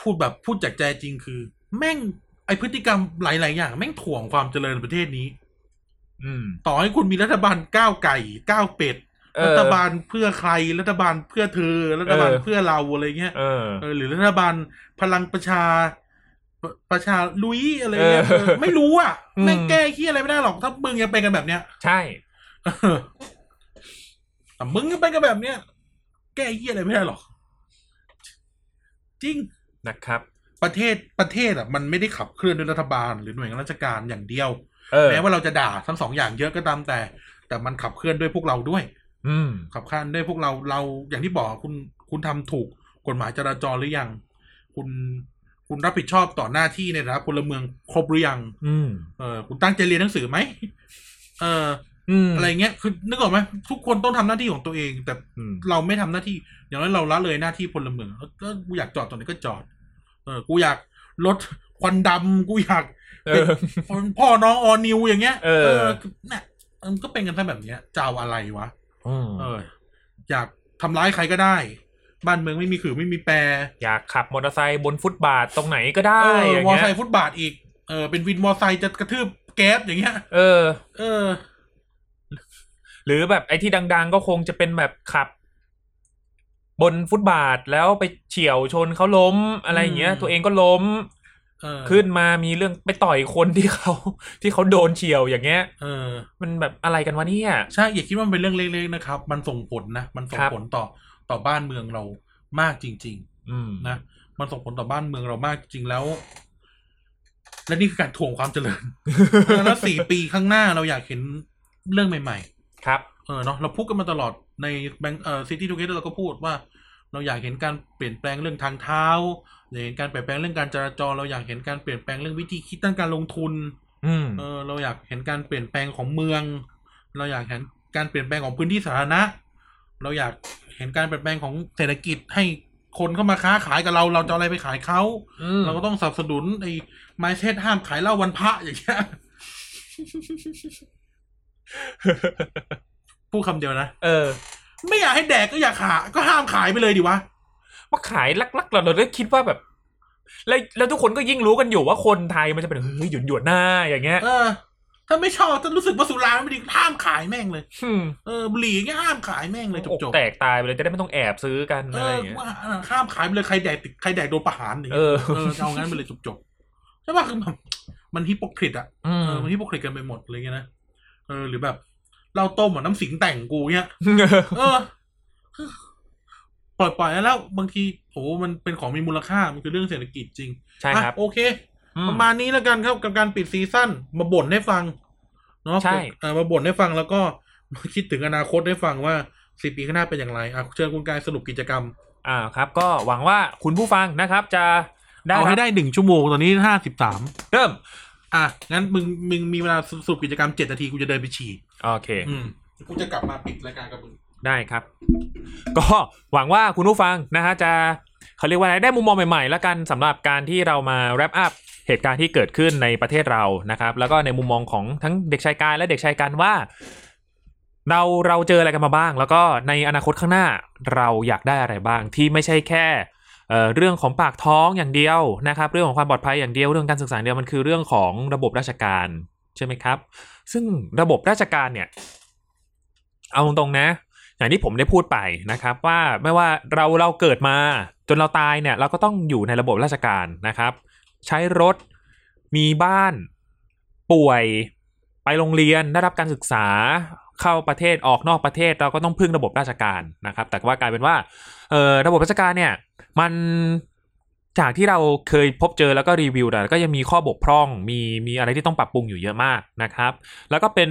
Speaker 2: พูดแบบพูดจากใจจริงคือ แม่งไอพฤติกรรมหลาย ๆ อย่าง แม่งถ่วงความเจริญประเทศนี้
Speaker 1: อืม
Speaker 2: ต่อให้คุณมีรัฐบาลก้าวไก่ก้าวเป็ด
Speaker 1: เอ
Speaker 2: รั
Speaker 1: อ
Speaker 2: ฐบาลเพื่อใครรัฐบาลเพื่อเธอรัฐบาล
Speaker 1: เออ
Speaker 2: เพื่อเราอะไรเงี้ย
Speaker 1: เออ
Speaker 2: เออหรือรัฐบาลพลังประชา ประประชาลุยอะไรเงี้ย
Speaker 1: เออ
Speaker 2: เออไม่รู้อ่ะ
Speaker 1: อืม
Speaker 2: แม่งแก้ขี้ยอะไรไม่ได้หรอกถ้ามึงยังเป็นกันแบบเนี้ย
Speaker 1: ใช่
Speaker 2: เออแต่มึงยังเป็นกันแบบเนี้ยแก้ขี้ยอะไรไม่ได้หรอก จริง
Speaker 1: นะครับ
Speaker 2: ประเทศประเทศอ่ะมันไม่ได้ขับเคลื่อนด้วยรัฐบาล หรือหน่วยงานราชการอย่างเดียว
Speaker 1: เออ
Speaker 2: แม้ว่าเราจะด่าทั้งสองอย่างเยอะก็ตามแต่ แต่มันขับเคลื่อนด้วยพวกเราด้วย
Speaker 1: อืม
Speaker 2: ขับเคลื่อนด้วยพวกเราเราอย่างที่บอกคุณคุณทำถูกกฎหมายจราจรหรือยัง คุณคุณรับผิดชอบต่อหน้าที่ในฐานะพลเมืองครบหรือยัง
Speaker 1: อืม
Speaker 2: เออคุณตั้งใจเรียนหนังสือไหมเออ
Speaker 1: อืม
Speaker 2: อะไรเงี้ยคือนึกออกไหมทุกคนต้องทำหน้าที่ของตัวเอง แต่
Speaker 1: อืม
Speaker 2: เราไม่ทำหน้าที่ อย่างนั้นเราละเลยหน้าที่พลเมืองแล้วก็กูอยากจอดตรงไหนก็จอด เออ กูอยากลดควันดำกูอยาก
Speaker 1: เออ
Speaker 2: เป็นพ่อน้องออนิวอย่างเงี้ย
Speaker 1: เออ
Speaker 2: คือเนี่ยมันก็เป็นกันซะแบบเนี้ยจะเอาอะไรวะ
Speaker 1: อืม
Speaker 2: เอออยากทำร้ายใครก็ได้ บ้านเมืองไม่มีขื่อไม่มีแปร
Speaker 1: อยากขับมอเตอร์ไซค์บนฟุตบาทตรงไหนก็ได้
Speaker 2: เออ
Speaker 1: อย่าง
Speaker 2: มอ
Speaker 1: เงี้
Speaker 2: ไซ
Speaker 1: ย
Speaker 2: ค์ฟุตบาทอีกเออเป็นวินมอไซค์จะกระทืบแก๊บอย่างเงี้ย
Speaker 1: เออ
Speaker 2: เออ
Speaker 1: หรือแบบไอ้ที่ดัง ๆ ก็คงจะเป็นแบบขับ บนฟุตบาทแล้วไปเฉี่ยวชนเขาล้มอะไรอย่างเงี้ย
Speaker 2: อืม
Speaker 1: ตัวเองก็ล้ม
Speaker 2: เออ
Speaker 1: ขึ้นมามีเรื่องไปต่อยคนที่เขา ที่เขาโดนเฉี่ยวอย่างเงี้ย
Speaker 2: เออ
Speaker 1: มันแบบอะไรกันวะเนี่ย
Speaker 2: ใช่อย่าคิดว่ามันเป็นเรื่องเล็กๆนะครับ มันส่งผลนะมันส่ง
Speaker 1: ครับ
Speaker 2: ผลต่อต่อบ้านเมืองเรามากจริง
Speaker 1: อืม
Speaker 2: ๆ นะมันส่งผลต่อบ้านเมืองเรามากจริงๆแล้ว และนี่คือการถ่วงความเจริญ แล้วสี่ปีข้างหน้าเราอยากเห็นเรื่องใหม่ ๆ
Speaker 1: ครับ
Speaker 2: เออเนาะเราพูดกันมาตลอดในแบงค์เอ่อซิตี้ทูเกเตอร์เราก็พูดว่า เราอยากเห็นการเปลี่ยนแปลงเรื่องทางเท้าอยากเห็นการเปลี่ยนแปลงเรื่องการจราจร เราอยากเห็นการเปลี่ยนแปลงเรื่องวิธีคิดด้านการลงทุน
Speaker 1: อืม
Speaker 2: เออเราอยากเห็นการเปลี่ยนแปลงของเมือง เราอยากเห็นการเปลี่ยนแปลงของพื้นที่สาธารณะ เราอยากเห็นการเปลี่ยนแปลงของเศรษฐกิจให้คนเข้ามาค้าขายกับเราเราจะเอาอะไรไปขายเขา
Speaker 1: ม
Speaker 2: เราก็ต้องสนับสนุนไอ้ไมเซตห้ามขายเหล้าวันพระอย่างเงี้ย พูดคำเดียวนะ
Speaker 1: เออ
Speaker 2: ไม่อยากให้แดกก็อยากขายก็ห้ามขายไปเลยดิวะ
Speaker 1: มาขายลักๆเราเราได้คิดว่าแบบ แล้วแล้วทุกคนก็ยิ่งรู้กันอยู่ว่าคนไทยมันจะเป็นเฮ้ยหยุดหยุดหน้าอย่างเงี้ย
Speaker 2: เออ ถ้าไม่ชอบถ้ารู้สึกว่าสุราไม่ดีห้ามขายแม่งเลย
Speaker 1: อืม
Speaker 2: เออบุหรี่ก็ห้ามขายแม่งเลยจ
Speaker 1: อบ ก
Speaker 2: จบ
Speaker 1: แตกตายไปเลยจะได้ไม่ต้องแอบซื้อกัน
Speaker 2: เอ
Speaker 1: อะไร
Speaker 2: อ
Speaker 1: อย่างเงี้ย
Speaker 2: ว่าห้ามขายไปเลยใครแดกติดใครแดกโดนประหารอย่าง
Speaker 1: เอ
Speaker 2: เงี้ย
Speaker 1: อ
Speaker 2: เออเอางั้นไปเลยจบจบใช่ป่ะคือแบบมันฮิปโปคริตอ่ะ
Speaker 1: อื
Speaker 2: เอ
Speaker 1: ม
Speaker 2: อมันฮิปโปคริตกันไปหมดอะไรเลยไงยนะเออ หรือแบบเหล้าต้มเหมือนน้ำสิงแต่งกูเนี้ย เออ ปล่อยปล่อยแล้ว บางทีโอ้มันเป็นของมีมูลค่ามันคือเรื่องเศรษฐกิจจริง
Speaker 1: ใช่ครับ
Speaker 2: อ่ะโอเค
Speaker 1: อื
Speaker 2: ประมาณนี้แล้วกันครับกับการปิดซีซั่นมาบ่นให้ฟังเนาะ
Speaker 1: ใช่
Speaker 2: เออมาบ่นให้ฟังแล้วก็มาคิดถึงอนาคตให้ฟังว่าสิปีข้างหน้าเป็นอย่างไรอ่ะเชิญคุณกายสรุปกิจกรรม
Speaker 1: อ่าครับ ก็หวังว่าคุณผู้ฟังนะครับ จะได้
Speaker 2: เอาให้ได้หนึ่งชั่วโมงตอนนี้ห้าสิบสาม
Speaker 1: เริ่ม
Speaker 2: อ่ะงั้นมึงมึงมีเวลาสรุปกิจกรรมเจ็ดนาทีกูจะเดินไปฉี่
Speaker 1: โอเค
Speaker 2: อืมกูจะกลับมาปิดรายการกับมึง
Speaker 1: ได้ครับ ก็หวังว่าคุณผู้ฟังนะฮะจะเขาเรียกว่าอะไรได้มุมมองใหม่ๆแล้วกันสำหรับการที่เรามาแรปอัพเหตุการณ์ที่เกิดขึ้นในประเทศเรานะครับ แล้วก็ในมุมมองของทั้งเด็กชายกายและเด็กชายกันว่า เราเราเจออะไรกันมาบ้าง แล้วก็ในอนาคตข้างหน้าเราอยากได้อะไรบ้างที่ไม่ใช่แค่เอ่อเรื่องของปากท้องอย่างเดียวนะครับ เรื่องของความปลอดภัยอย่างเดียวเรื่องการศึกษาอย่างเดียวมันคือเรื่องของระบบราชการใช่ไหมครับ ซึ่งระบบราชการเนี่ย เอาตรงๆนะ อย่างที่ผมได้พูดไปนะครับว่าไม่ว่าเราเราเกิดมาจนเราตายเนี่ย เราก็ต้องอยู่ในระบบราชการนะครับ ใช้รถมีบ้านป่วยไปโรงเรียนได้รับการศึกษาเข้าประเทศออกนอกประเทศ เราก็ต้องพึ่งระบบราชการนะครับ แต่ว่ากลายเป็นว่าเอ่อระบบราชการเนี่ย มันจากที่เราเคยพบเจอแล้วก็รีวิวแต่ก็ยังมีข้อบกพร่องมีมีอะไรที่ต้องปรับปรุงอยู่เยอะมากนะครับ แล้วก็เป็น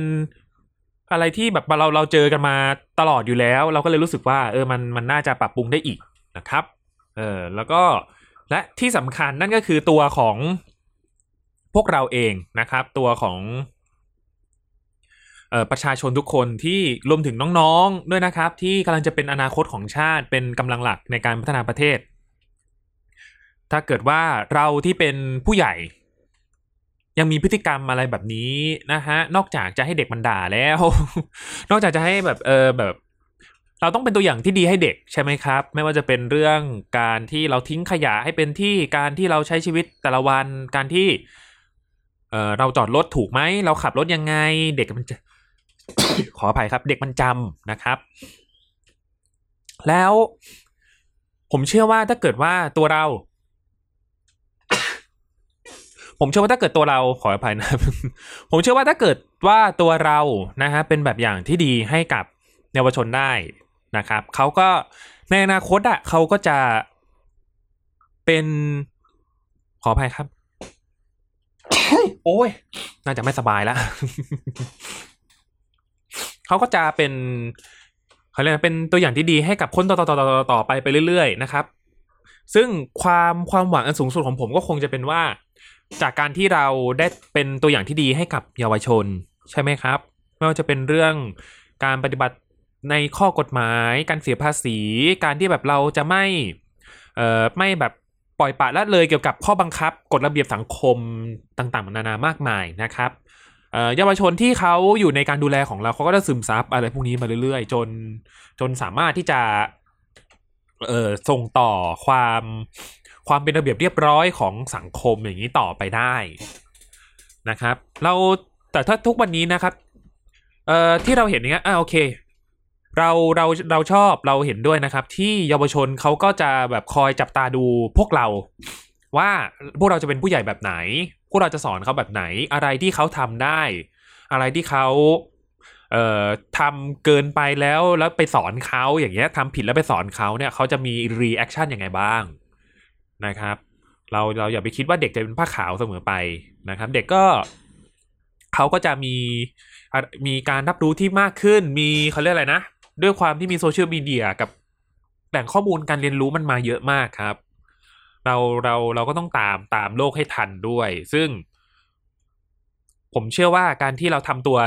Speaker 1: อะไรที่แบบเราเราเจอกันมาตลอดอยู่แล้ว เราก็เลยรู้สึกว่า เออมันมันน่าจะปรับปรุงได้อีกนะครับ เออแล้วก็และที่สำคัญนั่นก็คือตัวของพวกเราเองนะครับ ตัวของเอ่อประชาชนทุกคนที่รวมถึงน้องๆด้วยนะครับ ที่กำลังจะเป็นอนาคตของชาติเป็นกำลังหลักในการพัฒนาประเทศ ถ้าเกิดว่าเราที่เป็นผู้ใหญ่ ยังมีพฤติกรรมอะไรแบบนี้นะฮะ นอกจากจะให้เด็กมันด่าแล้ว นอกจากจะให้แบบเออแบบ เราต้องเป็นตัวอย่างที่ดีให้เด็กใช่ไหมครับ ไม่ว่าจะเป็นเรื่องการที่เราทิ้งขยะให้เป็นที่การที่เราใช้ชีวิตแต่ละวันการที่ เออเราจอดรถถูกไหมเราขับรถยังไง เด็กมันจะ ขออภัยครับ เด็กมันจำนะครับ แล้ว ผมเชื่อว่าถ้าเกิดว่าตัวเรา ผมเชื่อว่าถ้าเกิดตัวเราขออภัยนะ ผมเชื่อว่าถ้าเกิดว่าตัวเรานะฮะเป็นแบบอย่างที่ดีให้กับเยาวชนได้นะครับเขาก็ในอนาคตอ่ะเขาก็จะเป็นขออภัยครับ โอ้ย น่าจะไม่ สบายแล้ว เขาก็จะเป็นเขาเรียกอะไรเป็นตัวอย่างที่ดีให้กับคนต่อต่อต่อต่อต่อต่อไปไปเรื่อยๆนะครับ ซึ่งความความหวังอันสูงสุดของผมก็คงจะเป็นว่า จากการที่เราได้เป็นตัวอย่างที่ดีให้กับเยาวชน ใช่ไหมครับ ไม่ว่าจะเป็นเรื่องการปฏิบัติในข้อกฎหมาย การเสียภาษี การที่แบบเราจะไม่ เอ่อไม่แบบปล่อยปละละเลยเกี่ยวกับข้อบังคับกฎระเบียบสังคมต่างๆนานามากมายนะครับเอ่อเยาวชนที่เขาอยู่ในการดูแลของเราเขาก็จะซึมซับอะไรพวกนี้มาเรื่อยๆ จนจนสามารถที่จะเอ่อส่งต่อความความเป็นระเบียบเรียบร้อยของสังคมอย่างนี้ต่อไปได้นะครับ เราแต่ถ้าทุกวันนี้นะครับเอ่อที่เราเห็นอย่างเงี้ยอ่าโอเค เราเราเราชอบเราเห็นด้วยนะครับ ที่เยาวชนเขาก็จะแบบคอยจับตาดูพวกเรา ว่าพวกเราจะเป็นผู้ใหญ่แบบไหน พวกเราจะสอนเขาแบบไหน อะไรที่เขาทำได้ อะไรที่เขาเอ่อทำเกินไปแล้วแล้วไปสอนเขาอย่างเงี้ยทำผิดแล้วไปสอนเขาเนี่ยเขาจะมีรีแอคชั่นยังไงบ้างนะครับ เราเราอย่าไปคิดว่าเด็กจะเป็นผ้าขาวเสมอไปนะครับ เด็กก็เขาก็จะมีอะมีการรับรู้ที่มากขึ้น มีเขาเรียกอะไรนะ ด้วยความที่มีโซเชียลมีเดียกับแหล่งข้อมูลการเรียนรู้มันมาเยอะมากครับ เราเราเราก็ต้องตามตามโลกให้ทันด้วย ซึ่ง ผมเชื่อว่าการที่เราทำตัว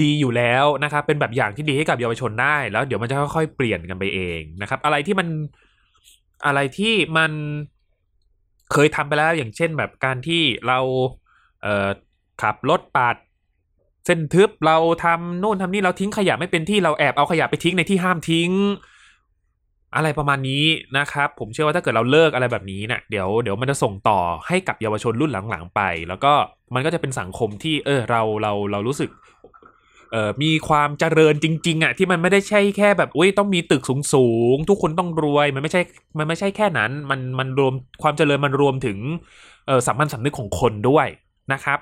Speaker 1: ดีอยู่แล้วนะครับ เป็นแบบอย่างที่ดีให้กับเยาวชนได้ แล้วเดี๋ยวมันจะค่อยๆเปลี่ยนกันไปเองนะครับ อะไรที่มันอะไรที่มันเคยทำไปแล้วอย่างเช่นแบบการที่เรา เอ่อขับรถปาดเส้นทึบเราทำนู่นทำนี่เราทิ้งขยะไม่เป็นที่เราแอบเอาขยะไปทิ้งในที่ห้ามทิ้ง อะไรประมาณนี้นะครับ ผมเชื่อว่าถ้าเกิดเราเลิกอะไรแบบนี้เนี่ยเดี๋ยวเดี๋ยวมันจะส่งต่อให้กับเยาวชนรุ่นหลังๆไป แล้วก็มันก็จะเป็นสังคมที่ เออเราเราเรารู้สึกเออมีความเจริญจริง ๆอะที่มันไม่ได้ใช่แค่แบบอุ้ยต้องมีตึกสูงๆทุกคนต้องรวยมันไม่ใช่มันไม่ใช่แค่นั้น มันมันรวมความเจริญมันรวมถึง เออสัมพันธ์สำนึกของคนด้วยนะครับ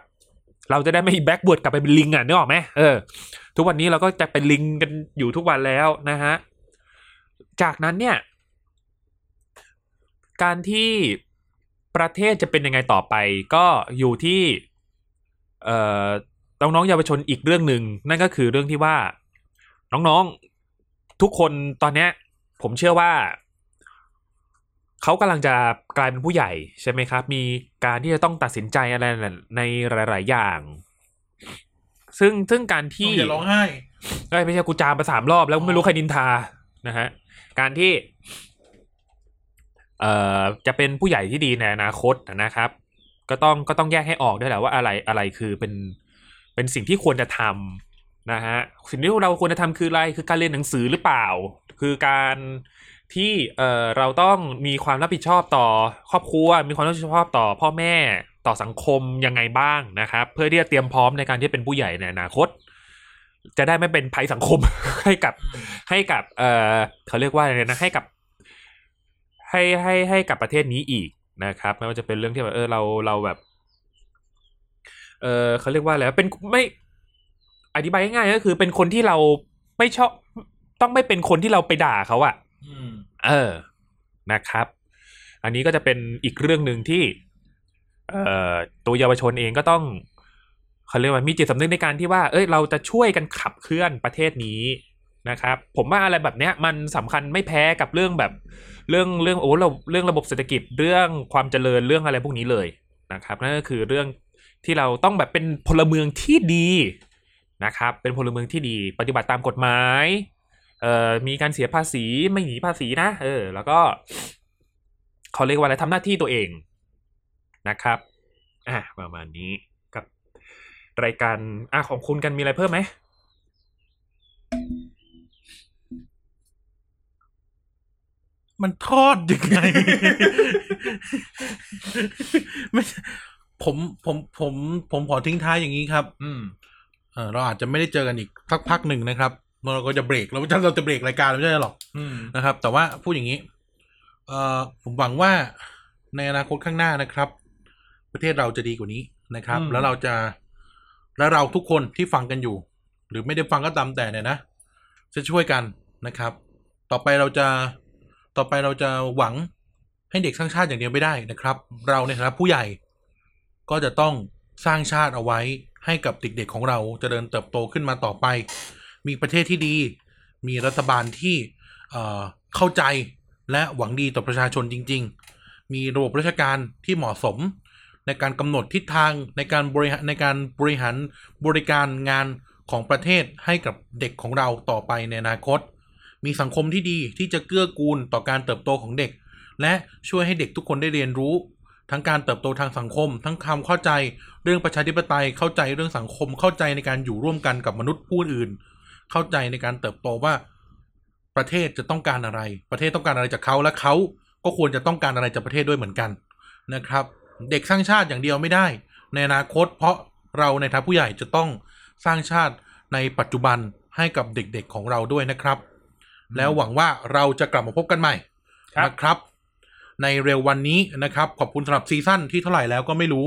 Speaker 1: เราจะได้ไม่แบ็กบวดกลับไปเป็นลิงอ่ะนึกออกไหมเออ ทุกวันนี้เราก็จะเป็นลิงกันอยู่ทุกวันแล้วนะฮะ จากนั้นเนี่ย การที่ประเทศจะเป็นยังไงต่อไป ก็อยู่ที่เอ่อน้องๆเยาวชนอีกเรื่องหนึ่งนั่นก็คือเรื่องที่ว่า น้องๆทุกคนตอนเนี้ย ผมเชื่อว่า เขากำลังจะกลายเป็นผู้ใหญ่ใช่ไหมครับ มีการที่จะต้องตัดสินใจอะไรในหลาย ๆ อย่าง ซึ่งซึ่งการที่
Speaker 2: อย่าร้องไห้
Speaker 1: เอ้ยไม่ใช่กูจามไปสามรอบแล้วไม่รู้ใครนินทานะฮะการที่ เอ่อจะเป็นผู้ใหญ่ที่ดีในอนาคตนะครับ ก็ต้องก็ต้องแยกให้ออกด้วยแหละว่าอะไรอะไรคือเป็นเป็นสิ่งที่ควรจะทำนะฮะสิ่งที่เราควรจะทำคืออะไรคือการเรียนหนังสือหรือเปล่า คือการที่เอ่อเราต้องมีความรับผิดชอบต่อครอบครัว มีความรับผิดชอบต่อพ่อแม่ต่อสังคมยังไงบ้างนะครับ เพื่อที่จะเตรียมพร้อมในการที่จะเป็นผู้ใหญ่ในอนาคต จะได้ไม่เป็นภัยสังคม ให้กับให้กับเอ่อเขาเรียกว่าอะไรนะให้กับ ให้ให้ให้กับประเทศนี้อีกนะครับไม่ว่าจะเป็นเรื่องที่แบบเออเราเราแบบ เออเขาเรียกว่าอะไรวะเป็นไม่อธิบายง่ายๆก็คือเป็นคนที่เราไม่ชอบต้องไม่เป็นคนที่เราไปด่าเขาอะ
Speaker 2: อืม
Speaker 1: เออ นะครับ อันนี้ก็จะเป็นอีกเรื่องหนึ่งที่ เอ่อ ตัวเยาวชนเองก็ต้องเขาเรียกว่ามีจิตสำนึกในการที่ว่า เอ้ย เราจะช่วยกันขับเคลื่อนประเทศนี้นะครับ ผมว่าอะไรแบบเนี้ย มันสำคัญไม่แพ้กับเรื่องแบบ เรื่องเรื่องโอ้เราเรื่องระบบเศรษฐกิจเรื่องความเจริญเรื่องอะไรพวกนี้เลยนะครับ นั่นก็คือเรื่องที่เราต้องแบบเป็นพลเมืองที่ดีนะครับ เป็นพลเมืองที่ดี ปฏิบัติตามกฎหมาย เอ่อมีการเสียภาษีไม่หนีภาษีนะ เออ แล้วก็เขาเรียกว่าอะไรทำหน้าที่ตัวเองนะครับ อ่ะประมาณนี้กับรายการอ่ะของคุณกันมีอะไรเพิ่มไหม
Speaker 2: มันทอดยังไง ไม่ใช่ผมผมผมผมขอทิ้งท้ายอย่างนี้ครับ
Speaker 1: อืม
Speaker 2: เออเราอาจจะไม่ได้เจอกันอีกสักพักหนึ่งนะครับเราก็จะเบรกเราจะเราจะเบรกรายการไม่ใช่หรอก
Speaker 1: อืม
Speaker 2: นะครับ แต่ว่าพูดอย่างนี้ เออผมหวังว่าในอนาคตข้างหน้านะครับ ประเทศเราจะดีกว่านี้นะครับ
Speaker 1: อืม
Speaker 2: แล้วเราจะแล้วเราทุกคนที่ฟังกันอยู่ หรือไม่ได้ฟังก็ตามแต่เนี่ยนะ จะช่วยกันนะครับ ต่อไปเราจะต่อไปเราจะหวังให้เด็กสร้างชาติอย่างเดียวไม่ได้นะครับ เราในฐานะผู้ใหญ่ ก็จะต้องสร้างชาติเอาไว้ให้กับเด็กๆของเราเจริญเติบโตขึ้นมาต่อไป มีประเทศที่ดี มีรัฐบาลที่เอ่อเข้าใจและหวังดีต่อประชาชนจริง ๆ มีระบบราชการที่เหมาะสม ในการกำหนดทิศทางในการบริหารในการบริหารบริการงานของประเทศให้กับเด็กของเราต่อไปในอนาคต มีสังคมที่ดีที่จะเกื้อกูลต่อการเติบโตของเด็ก และช่วยให้เด็กทุกคนได้เรียนรู้ ทั้งการเติบโตทางสังคม ทั้งความเข้าใจเรื่องประชาธิปไตยเข้าใจเรื่องสังคม เข้าใจในการอยู่ร่วมกันกับมนุษย์ผู้อื่น เข้าใจในการเติบโตว่า ประเทศจะต้องการอะไร ประเทศต้องการอะไรจากเขาและเขาก็ควรจะต้องการอะไรจากประเทศด้วยเหมือนกัน นะครับเด็กสร้างชาติอย่างเดียวไม่ได้ ในอนาคต เพราะเราในฐานะผู้ใหญ่จะต้องสร้างชาติในปัจจุบันให้กับเด็กๆของเราด้วยนะครับ แล้วหวังว่าเราจะกลับมาพบกันใหม่
Speaker 1: ครับ
Speaker 2: นะครับ ในเร็ววันนี้นะครับ ขอบคุณสำหรับซีซั่นที่เท่าไหร่แล้วก็ไม่รู้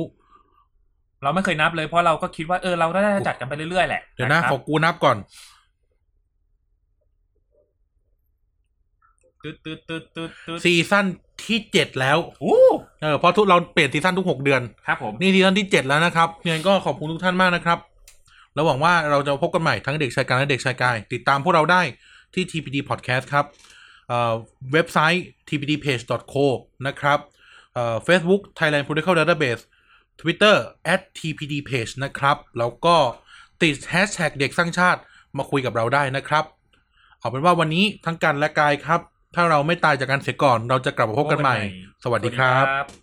Speaker 1: เราไม่เคยนับเลยเพราะเราก็คิดว่าเออเราน่าจะจัดกันไปเรื่อยๆแหละ
Speaker 2: เดี๋ยว
Speaker 1: ค
Speaker 2: นะ
Speaker 1: รับ
Speaker 2: ขอกูนับก่อน
Speaker 1: ตึ๊ดตึ๊ดตึ๊ดตึ๊ดตึ๊ด
Speaker 2: ซีซั่นที่เจ็ดแล้ว
Speaker 1: อู้
Speaker 2: เออเพราะทุกเราเปลี่ยนซีซั่นทุกหกเดือน
Speaker 1: ครับผม
Speaker 2: นี่ซีซั่นที่เจ็ดแล้วนะครับเนี่ยก็ขอบคุณทุกท่านมากนะครับ แล้วหวังว่าเราจะพบกันใหม่ทั้งเด็กชายการและเด็กชายกาย ติดตามพวกเราได้ที่ TPD Podcast ครับเอ่อเว็บไซต์ tpdpage.co นะครับเอ่อ Facebook Thailand Political Database Twitter at tpdpage นะครับ แล้วก็ติด Hashtag เด็กสร้างชาติมาคุยกับเราได้นะครับ เอาเป็นว่าวันนี้ทั้งกันและกายครับ ถ้าเราไม่ตายจากกันเสียก่อน เราจะกลับมาพบกันใหม่ สวัสดีครับ
Speaker 1: บ